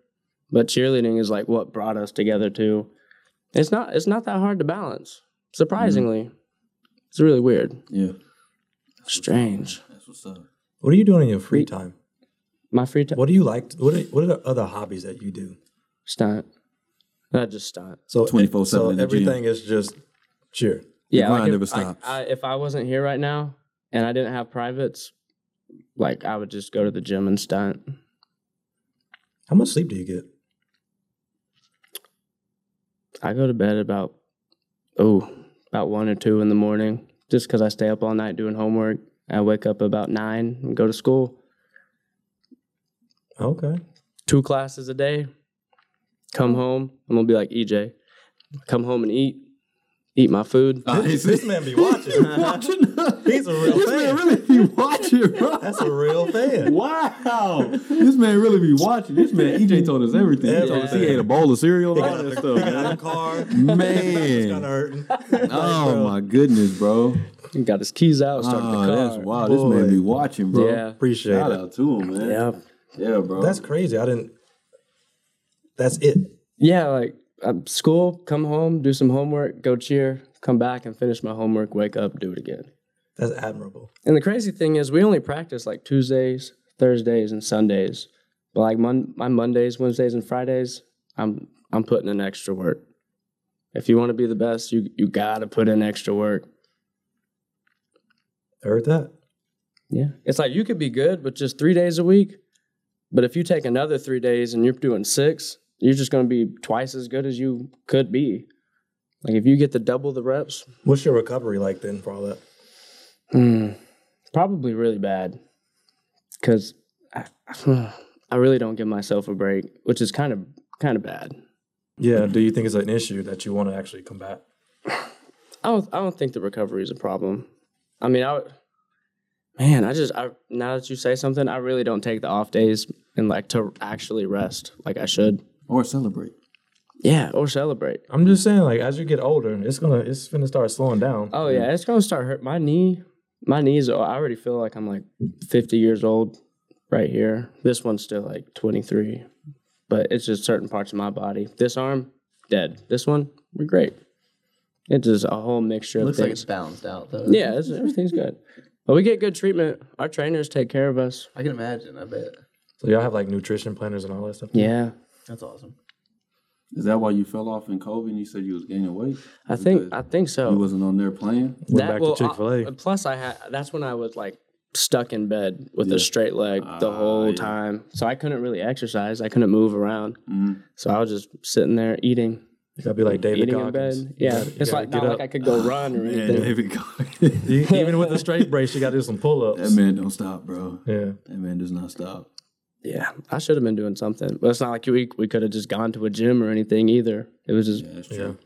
Speaker 2: But cheerleading is like what brought us together too. It's not it's not that hard to balance. Surprisingly. It's really weird.
Speaker 1: Yeah.
Speaker 2: Strange.
Speaker 1: That's what's up.
Speaker 3: What are you doing in your free time?
Speaker 2: My free time
Speaker 3: What do you like? to- what are, what are the other hobbies that you do?
Speaker 2: stunt. Not just stunt.
Speaker 3: So
Speaker 1: 24/7
Speaker 3: So
Speaker 1: in the gym.
Speaker 3: everything is just cheer.
Speaker 2: Yeah,
Speaker 1: grind
Speaker 2: like if,
Speaker 1: never
Speaker 2: like,
Speaker 1: stops.
Speaker 2: I, if I wasn't here right now and I didn't have privates, like I would just go to the gym and stunt.
Speaker 3: How much sleep do you get?
Speaker 2: I go to bed about oh about one or two in the morning, just because I stay up all night doing homework. I wake up about nine and go to school.
Speaker 3: Okay.
Speaker 2: Two classes a day. Come home. I'm gonna be like EJ. Come home and eat. Eat my food.
Speaker 3: This, this man be watching.
Speaker 1: watching.
Speaker 3: He's a real
Speaker 1: this man
Speaker 3: fan.
Speaker 1: really be watching, bro.
Speaker 3: That's a real fan.
Speaker 1: Wow, this man really be watching. This man, EJ told us everything. He told us he ate a bowl of cereal, and all that stuff,
Speaker 3: Got a
Speaker 1: man.
Speaker 3: car. It's kinda
Speaker 1: Man,
Speaker 3: hurting.
Speaker 1: oh my goodness, bro.
Speaker 2: He got his keys out. Started
Speaker 1: Ah,
Speaker 2: the car.
Speaker 1: that's wild. This man
Speaker 3: Boy.
Speaker 1: be watching, bro.
Speaker 2: Yeah.
Speaker 3: Appreciate
Speaker 1: Shout
Speaker 3: it.
Speaker 1: out to him, man.
Speaker 2: Yeah.
Speaker 1: Yeah, bro.
Speaker 3: That's crazy. I didn't. That's it.
Speaker 2: Yeah, like um, school, come home, do some homework, go cheer, come back and finish my homework, wake up, do it again.
Speaker 3: That's admirable.
Speaker 2: And the crazy thing is, we only practice like Tuesdays, Thursdays, and Sundays. But like mon- my Mondays, Wednesdays, and Fridays, I'm I'm putting in extra work. If you want to be the best, you you gotta put in extra work.
Speaker 3: I heard that.
Speaker 2: Yeah, it's like you could be good with just three days a week, but if you take another three days and you're doing six, you're just gonna be twice as good as you could be. Like if you get the double the reps,
Speaker 3: What's your recovery like then for all that?
Speaker 2: Mm, probably really bad because I, I really don't give myself a break, which is kind of kind of bad.
Speaker 3: Yeah. Do you think it's an issue that you want to actually combat?
Speaker 2: I don't I don't think the recovery is a problem. I mean, I would- man, I just I now that you say something, I really don't take the off days and like to actually rest like I should.
Speaker 1: or celebrate.
Speaker 2: Yeah, or celebrate.
Speaker 3: I'm just saying, like, as you get older, it's gonna, it's gonna start slowing down.
Speaker 2: Oh yeah, it's gonna start hurt my knee. My knees. I already feel like I'm like 50 years old right here. This one's still like 23, but it's just certain parts of my body. This arm, dead. This one, we're great. It's just a whole mixture of
Speaker 4: Looks like it's
Speaker 2: things.
Speaker 4: balanced out though.
Speaker 2: yeah, it's, everything's good. But we get good treatment. Our trainers take care of us.
Speaker 4: I can imagine. I bet
Speaker 3: So y'all have like nutrition planners and all that stuff.
Speaker 2: Yeah,
Speaker 4: that's awesome.
Speaker 1: Is that why you fell off in COVID and you said you was gaining weight?
Speaker 2: I think I think so.
Speaker 1: You wasn't on there playing?
Speaker 3: Went back
Speaker 2: well, uh,
Speaker 3: to Chick Fil A.
Speaker 2: I- plus, I had that's when I was like stuck in bed with a straight leg
Speaker 3: Ah,
Speaker 2: the whole time, so I couldn't really exercise. I couldn't move around,
Speaker 3: Mm.
Speaker 2: so I was just sitting there eating,
Speaker 3: You gotta be like David
Speaker 2: eating
Speaker 3: Goggins.
Speaker 2: in bed. Yeah,
Speaker 3: You gotta- you
Speaker 2: it's
Speaker 3: gotta
Speaker 2: like
Speaker 3: get
Speaker 2: not
Speaker 3: up.
Speaker 2: like I could go run or anything.
Speaker 1: that
Speaker 3: You- E, even with the straight brace, you gotta do some pull-ups.
Speaker 1: man don't stop, bro.
Speaker 3: Yeah.
Speaker 1: That man does not stop.
Speaker 2: Yeah, I should have been doing something, but it's not like we we could have just gone to a gym or anything either. It was just
Speaker 1: Yeah, that's
Speaker 3: Yeah.
Speaker 1: true.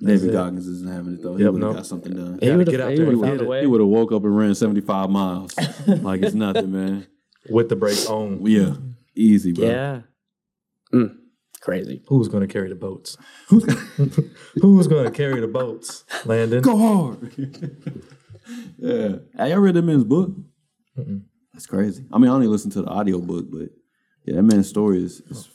Speaker 1: David Goggins isn't having it though. He
Speaker 3: Yep,
Speaker 1: would have
Speaker 3: nope.
Speaker 1: got something done.
Speaker 2: he would
Speaker 3: get
Speaker 2: have
Speaker 3: out
Speaker 2: he
Speaker 3: there
Speaker 2: would
Speaker 3: and
Speaker 2: have found
Speaker 3: get
Speaker 2: a
Speaker 3: it.
Speaker 2: way.
Speaker 1: He would have woke up and ran 75 miles like it's nothing, man.
Speaker 3: With the brace on,
Speaker 1: Yeah, easy, bro.
Speaker 2: yeah, Mm, crazy.
Speaker 3: who's gonna carry the boats? who's gonna carry the boats, Landon?
Speaker 1: Go hard. yeah. Have y'all read that man's book? That's crazy. I mean, I only listened to the audio book, but yeah, that man's story is. is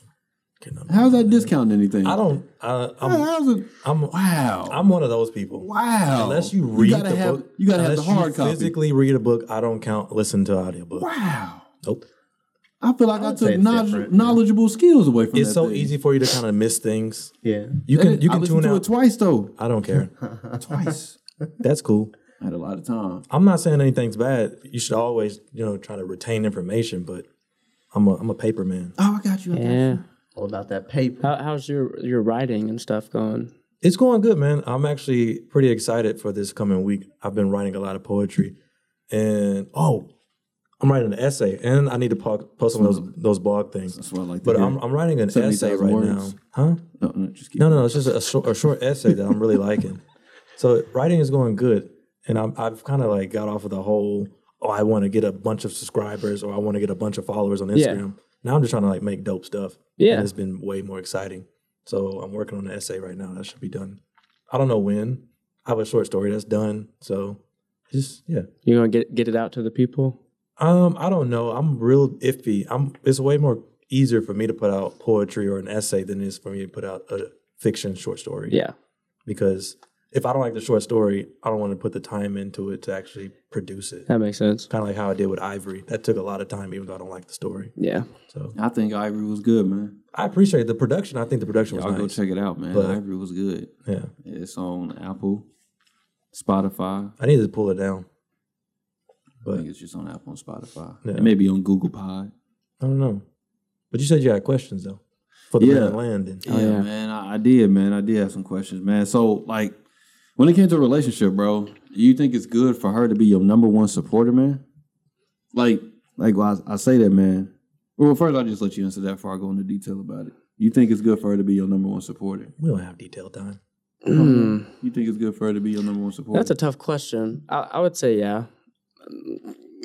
Speaker 1: how's that discount anything?
Speaker 3: I don't. I, I'm,
Speaker 1: How's it?
Speaker 3: I'm,
Speaker 1: Wow.
Speaker 3: I'm one of those people.
Speaker 1: wow.
Speaker 3: Unless you read
Speaker 1: gotta
Speaker 3: the
Speaker 1: have,
Speaker 3: book,
Speaker 1: You gotta have
Speaker 3: unless
Speaker 1: the hard
Speaker 3: you
Speaker 1: copy.
Speaker 3: physically read a book, I don't count. Listen to audiobook.
Speaker 1: wow.
Speaker 3: Nope.
Speaker 1: I feel like I,
Speaker 4: say
Speaker 1: took
Speaker 4: it's
Speaker 1: knowledge,
Speaker 4: different.
Speaker 1: knowledgeable skills away from
Speaker 3: It's
Speaker 1: that
Speaker 3: so
Speaker 1: thing.
Speaker 3: easy for you to kind of miss things.
Speaker 4: Yeah.
Speaker 3: You can you
Speaker 1: I
Speaker 3: can
Speaker 1: listened
Speaker 3: tune
Speaker 1: to
Speaker 3: out.
Speaker 1: it twice though.
Speaker 3: I don't care.
Speaker 1: Twice.
Speaker 3: That's cool.
Speaker 1: I had a lot of time.
Speaker 3: I'm not saying anything's bad. You should always you know try to retain information, but I'm a I'm a paper man.
Speaker 1: Oh, I got you. I got you.
Speaker 2: Yeah,
Speaker 4: All about that paper.
Speaker 2: How, how's your your writing and stuff going?
Speaker 3: It's going good, man. I'm actually pretty excited for this coming week. I've been writing a lot of poetry, and oh, I'm writing an essay, and I need to po- post on those those blog things.
Speaker 1: That's what I like to
Speaker 3: But
Speaker 1: hear.
Speaker 3: I'm, I'm writing an
Speaker 1: 70,000
Speaker 3: essay right
Speaker 1: words.
Speaker 3: now, huh?
Speaker 1: No, no, just keep
Speaker 3: No, no, it's just a, short, a short essay that I'm really liking. So writing is going good, and I'm, I've kind of like got off of the whole oh I want to get a bunch of subscribers or I want to get a bunch of followers on
Speaker 2: Yeah.
Speaker 3: Instagram. Now I'm just trying to like make dope stuff.
Speaker 2: Yeah.
Speaker 3: and it's been way more exciting. So I'm working on an essay right now that should be done. I don't know when. I have a short story that's done. So just yeah.
Speaker 2: You gonna get get it out to the people?
Speaker 3: Um, I don't know. I'm real iffy. I'm. It's way more easier for me to put out poetry or an essay than it is for me to put out a fiction short story.
Speaker 2: Yeah.
Speaker 3: Because if I don't like the short story, I don't want to put the time into it to actually produce it.
Speaker 2: That makes sense.
Speaker 3: Kind of like how I did with Ivory. That took a lot of time, even though I don't like the story.
Speaker 2: Yeah.
Speaker 3: So
Speaker 1: I think Ivory was good, man.
Speaker 3: I appreciate the production. I think the production was
Speaker 1: Y'all go
Speaker 3: nice.
Speaker 1: check it out, man.
Speaker 3: But-
Speaker 1: Ivory was good.
Speaker 3: yeah,
Speaker 1: It's on Apple, Spotify.
Speaker 3: I need to pull it down.
Speaker 1: I
Speaker 3: But
Speaker 1: think it's just on Apple and Spotify.
Speaker 3: Yeah.
Speaker 1: It may be on Google Pod.
Speaker 3: I don't know. But you said you had questions though for the
Speaker 1: Yeah.
Speaker 3: man landing.
Speaker 1: Yeah,
Speaker 2: yeah.
Speaker 1: man. I, I did, man. I did have some questions, man. So, like, when it came to a relationship, bro, do you think it's good for her to be your number one supporter, man? Like, like well, I, I say that, man. Well, first, I'll just let you answer that before I go into detail about it. You think it's good for her to be your number one supporter?
Speaker 3: We don't have detail time.
Speaker 2: Mm,
Speaker 1: You think it's good for her to be your number one supporter?
Speaker 2: that's a tough question. I, I would say yeah.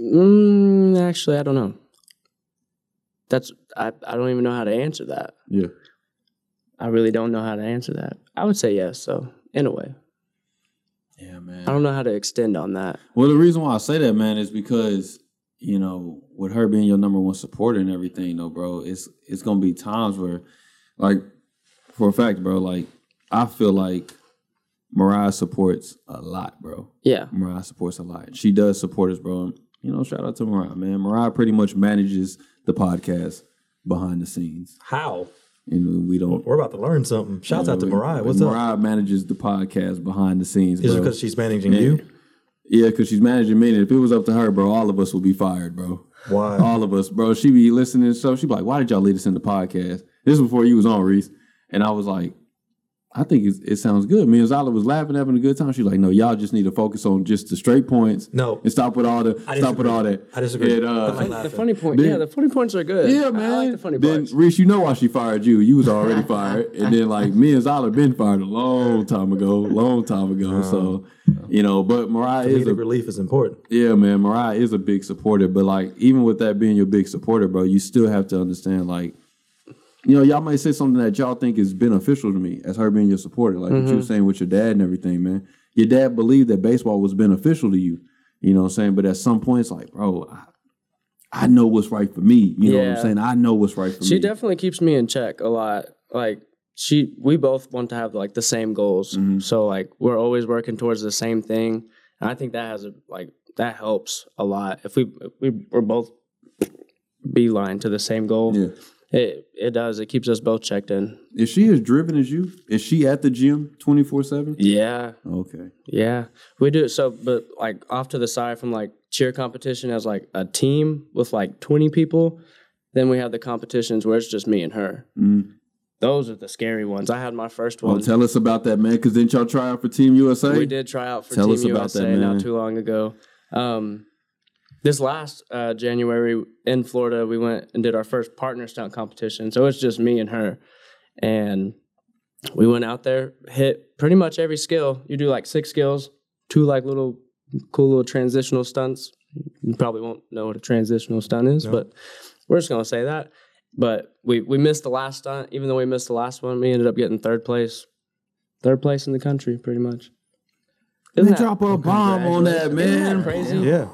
Speaker 2: Mm, actually, I don't know. That's I, I don't even know how to answer that.
Speaker 1: yeah.
Speaker 2: I really don't know how to answer that. I would say yes, though. In a way,
Speaker 1: Yeah, man.
Speaker 2: I don't know how to extend on that.
Speaker 1: Well, the reason why I say that, man, is because you know, with her being your number one supporter and everything, though, bro, it's it's gonna be times where, like, for a fact, bro, like I feel like Mariah supports a lot, bro.
Speaker 2: Yeah,
Speaker 1: Mariah supports a lot. She does support us, bro. And, you know, shout out to Mariah, man. Mariah pretty much manages the podcast behind the scenes,
Speaker 3: How?
Speaker 1: and we don't.
Speaker 3: We're about to learn something. Shouts out to Mariah. What's up?
Speaker 1: Mariah manages the podcast behind the scenes.
Speaker 3: Is it
Speaker 1: bro.
Speaker 3: because she's managing you?
Speaker 1: Yeah, because she's managing me. And if it was up to her, bro, all of us would be fired, bro.
Speaker 3: Why?
Speaker 1: All of us, bro. She be listening to stuff. She be like, why did y'all leave us in the podcast? This is before you was on, Reese. And I was like, I think it's, it sounds good. Me and Zala was laughing, having a good time. She's like, no, y'all just need to focus on just the straight points.
Speaker 3: No.
Speaker 1: And stop with all the,
Speaker 3: I
Speaker 1: stop with
Speaker 3: disagree.
Speaker 1: all that.
Speaker 3: I disagree.
Speaker 1: And,
Speaker 3: I like
Speaker 1: uh,
Speaker 3: laughing.
Speaker 2: the funny point. yeah, the funny points are good.
Speaker 1: yeah, man.
Speaker 2: I like the funny
Speaker 1: then
Speaker 2: points.
Speaker 1: Reese, you know why she fired you. You was already fired, and then like me and Zala been fired a long time ago, long time ago. so you know, but Mariah is a
Speaker 3: Comedic relief is important.
Speaker 1: yeah, man, Mariah is a big supporter, but like even with that being your big supporter, bro, you still have to understand like you know, y'all might say something that y'all think is beneficial to me as her being your supporter, like
Speaker 2: Mm-hmm.
Speaker 1: what you were saying with your dad and everything, man. Your dad believed that baseball was beneficial to you, you know what I'm saying? But at some point, it's like, bro, I, I know what's right for me. You know what I'm
Speaker 2: Yeah.
Speaker 1: saying? I know what's right for
Speaker 2: She
Speaker 1: me.
Speaker 2: definitely keeps me in check a lot. Like she, we both want to have like the same goals, so like we're always working towards the same thing. And I think that has a like that helps a lot. If we if we we're both beeline to the same goal,
Speaker 1: yeah.
Speaker 2: it it does. It keeps us both checked in.
Speaker 1: Is she as driven as you? Is she at the gym 24 7?
Speaker 2: Yeah,
Speaker 1: Okay.
Speaker 2: yeah, we do. So, but like off to the side from like cheer competition as like a team with like twenty people, then we have the competitions where it's just me and her.
Speaker 1: Mm.
Speaker 2: Those are the scary ones. I had my first one.
Speaker 1: Well, tell us about that, man, because didn't y'all try out for Team USA?
Speaker 2: We did try out for
Speaker 1: Tell
Speaker 2: Team
Speaker 1: us about
Speaker 2: USA
Speaker 1: that, man.
Speaker 2: not too long ago. Um, this last uh, January in Florida, we went and did our first partner stunt competition. So it's just me and her, and we went out there, hit pretty much every skill. You do like six skills, two like little cool little transitional stunts. You probably won't know what a transitional stunt is, but we're just gonna say that. But we we missed the last stunt, even though we missed the last one. We ended up getting third place, third place in the country, pretty much.
Speaker 1: They
Speaker 2: Isn't that,
Speaker 1: drop a bomb on that,
Speaker 2: isn't that
Speaker 1: man.
Speaker 2: crazy?
Speaker 3: Yeah.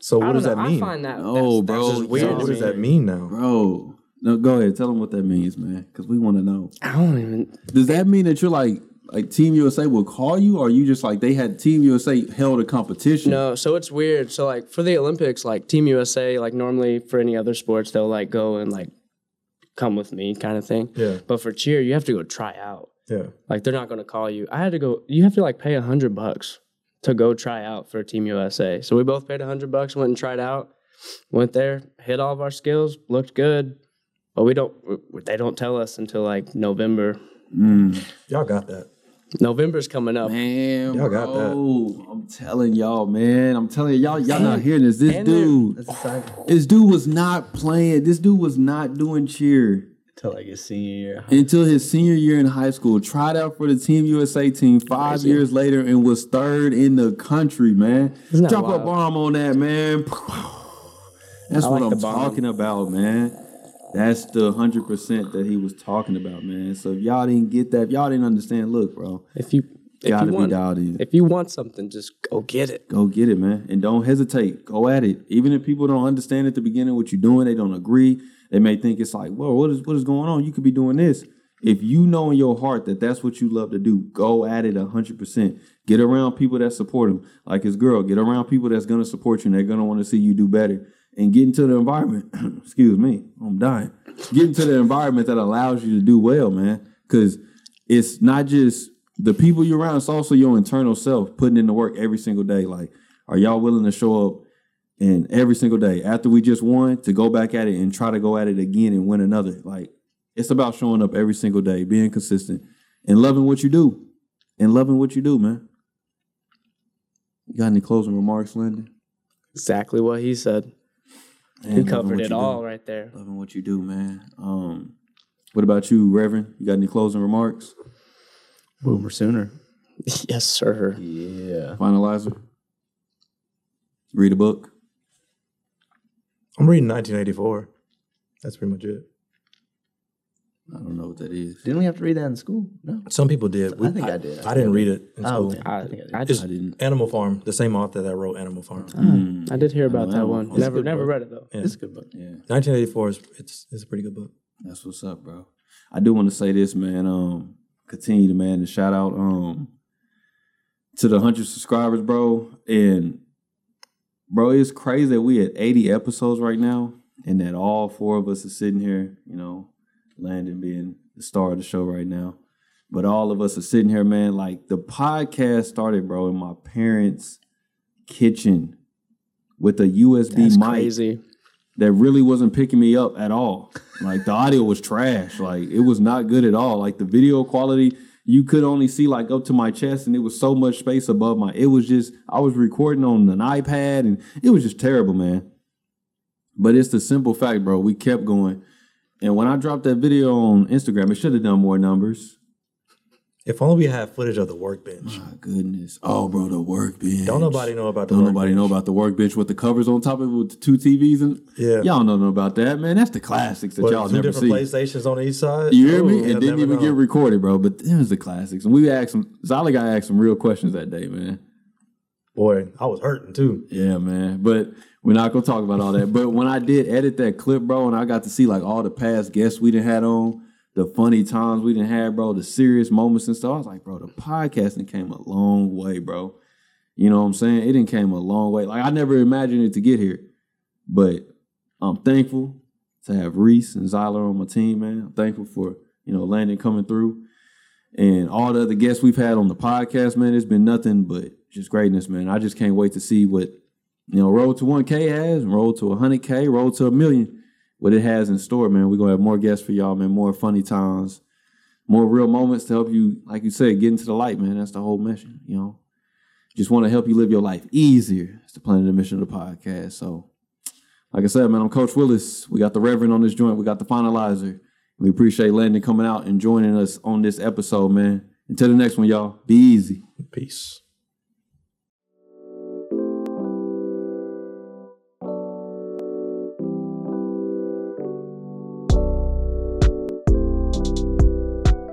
Speaker 3: So
Speaker 2: I
Speaker 3: what
Speaker 2: don't
Speaker 3: does
Speaker 2: know.
Speaker 3: that mean?
Speaker 2: I find that
Speaker 1: No, bro.
Speaker 2: that's- that's just
Speaker 3: So
Speaker 2: weird.
Speaker 3: what
Speaker 2: to
Speaker 3: does that
Speaker 2: me.
Speaker 3: mean now?
Speaker 1: Bro, no, go ahead. Tell them what that means, man, because we want to know.
Speaker 2: I don't even.
Speaker 1: Does that mean that you're like, like Team USA will call you, or you just like they had Team USA held a competition?
Speaker 2: No, so it's weird. So like for the Olympics, like Team USA, like normally for any other sports, they'll like go and like come with me kind of thing.
Speaker 3: Yeah.
Speaker 2: But for cheer, you have to go try out.
Speaker 3: Yeah.
Speaker 2: Like they're not going to call you. I had to go. You have to like pay a hundred bucks to go try out for Team USA. So we both paid a hundred bucks, went and tried out, went there, hit all of our skills, looked good, but we don't. w- They don't tell us until like November.
Speaker 1: Mm.
Speaker 3: Y'all got that.
Speaker 2: November's coming up.
Speaker 1: Man,
Speaker 3: Y'all got that.
Speaker 1: bro, I'm telling y'all, man. I'm telling y'all, y'all not hearing this. This
Speaker 2: and
Speaker 1: dude, this dude was not playing. This dude was not doing cheer
Speaker 4: Until like his senior year.
Speaker 1: until his senior year in high school. Tried out for the Team USA team five years later and was third in the country, man.
Speaker 2: Isn't that
Speaker 1: Drop a
Speaker 2: wild?
Speaker 1: bomb on that, man. That's
Speaker 2: I
Speaker 1: what
Speaker 2: like the
Speaker 1: I'm
Speaker 2: bomb.
Speaker 1: talking about, man. That's the hundred percent that he was talking about, man. So if y'all didn't get that, if y'all didn't understand, look, bro,
Speaker 2: If you if
Speaker 1: gotta
Speaker 2: you
Speaker 1: be
Speaker 2: want
Speaker 1: dialed in.
Speaker 2: if you want something, just go get it.
Speaker 1: go get it, man. And don't hesitate. Go at it. Even if people don't understand at the beginning what you're doing, they don't agree. They may think it's like, well, what is what is going on? You could be doing this. If you know in your heart that that's what you love to do, go at it 100%. Get around people that support him, like his girl. Get around people that's going to support you and they're going to want to see you do better. And get into the environment. Excuse me, I'm dying. Get into the environment that allows you to do well, man. Because it's not just the people you're around, it's also your internal self putting in the work every single day. Like, are y'all willing to show up and every single day after we just won to go back at it and try to go at it again and win another? Like, it's about showing up every single day, being consistent and loving what you do and loving what you do, man. You got any closing remarks, Landon?
Speaker 2: Exactly what he said.
Speaker 1: Man,
Speaker 2: He
Speaker 1: loving
Speaker 2: covered
Speaker 1: what
Speaker 2: it
Speaker 1: you do.
Speaker 2: all right there.
Speaker 1: Loving what you do, man. Um, what about you, Reverend? You got any closing remarks?
Speaker 4: Boomer sooner.
Speaker 2: yes, sir.
Speaker 4: Yeah.
Speaker 1: Finalizer? Read a book?
Speaker 3: I'm reading 1984. That's pretty much it.
Speaker 1: I don't know what that is.
Speaker 4: Didn't we have to read that in school? No.
Speaker 3: Some people did.
Speaker 4: think I did.
Speaker 3: I didn't read it in
Speaker 4: Oh,
Speaker 3: school.
Speaker 4: okay.
Speaker 2: I, I,
Speaker 3: It's
Speaker 1: I didn't.
Speaker 3: Animal Farm, the same author that wrote Animal Farm.
Speaker 2: I did hear about
Speaker 1: I
Speaker 2: that
Speaker 1: know.
Speaker 2: one.
Speaker 1: It's
Speaker 2: Never
Speaker 1: good
Speaker 2: never
Speaker 1: book.
Speaker 2: read it though.
Speaker 3: Yeah.
Speaker 4: It's a good book.
Speaker 1: Yeah,
Speaker 3: 1984 is it's, it's a pretty good book.
Speaker 1: that's what's up, bro. I do want to say this, man. Um, continue to man to shout out um to the hundred subscribers, bro. And bro, it's crazy that we at eighty episodes right now, and that all four of us are sitting here. You know, Landon being the star of the show right now, but all of us are sitting here, man. Like the podcast started, bro, in my parents' kitchen with a USB
Speaker 2: That's
Speaker 1: mic.
Speaker 2: crazy.
Speaker 1: that really wasn't picking me up at all. Like the audio was trash. Like it was not good at all. Like the video quality, you could only see like up to my chest, and it was so much space above my. It was just I was recording on an iPad, and it was just terrible, man. But it's the simple fact, bro. We kept going, and when I dropped that video on Instagram, it should have done more numbers.
Speaker 3: If only we had footage of the workbench.
Speaker 1: My goodness, oh, bro, the workbench.
Speaker 3: Don't nobody know about the
Speaker 1: Don't
Speaker 3: workbench.
Speaker 1: nobody know about the workbench with the covers on top of it with the two TVs and
Speaker 3: Yeah.
Speaker 1: y'all know nothing about that man. That's the classics that
Speaker 3: But
Speaker 1: y'all
Speaker 3: two
Speaker 1: never
Speaker 3: different
Speaker 1: see.
Speaker 3: PlayStations on each side.
Speaker 1: You hear me?
Speaker 3: Ooh,
Speaker 1: It
Speaker 3: you'll
Speaker 1: didn't
Speaker 3: never
Speaker 1: even
Speaker 3: know.
Speaker 1: get recorded, bro. But it was the classics, and we asked some. Zolly got asked some real questions that day, man.
Speaker 3: Boy, I was hurting too.
Speaker 1: Yeah, man. But we're not gonna talk about all that. But when I did edit that clip, bro, and I got to see like all the past guests we done had on, the funny times we done had, bro, the serious moments and stuff. I was like, bro, the podcasting came a long way, bro. You know what I'm saying? It didn't came a long way. Like I never imagined it to get here. But I'm thankful to have Reese and Zyler on my team, man. I'm thankful for, you know, Landon coming through and all the other guests we've had on the podcast, man. It's been nothing but just greatness, man. I just can't wait to see what you know, road to 1K has, road to 100K, road to a million, what it has in store, man. We're going to have more guests for y'all, man, more funny times, more real moments to help you, like you said, get into the light, man. That's the whole mission, you know. Just want to help you live your life easier. It's the plan and the mission of the podcast. So, like I said, man, I'm Coach Willis. We got the Reverend on this joint, we got the finalizer. We appreciate Landon coming out and joining us on this episode, man. Until the next one, y'all, be easy.
Speaker 3: Peace.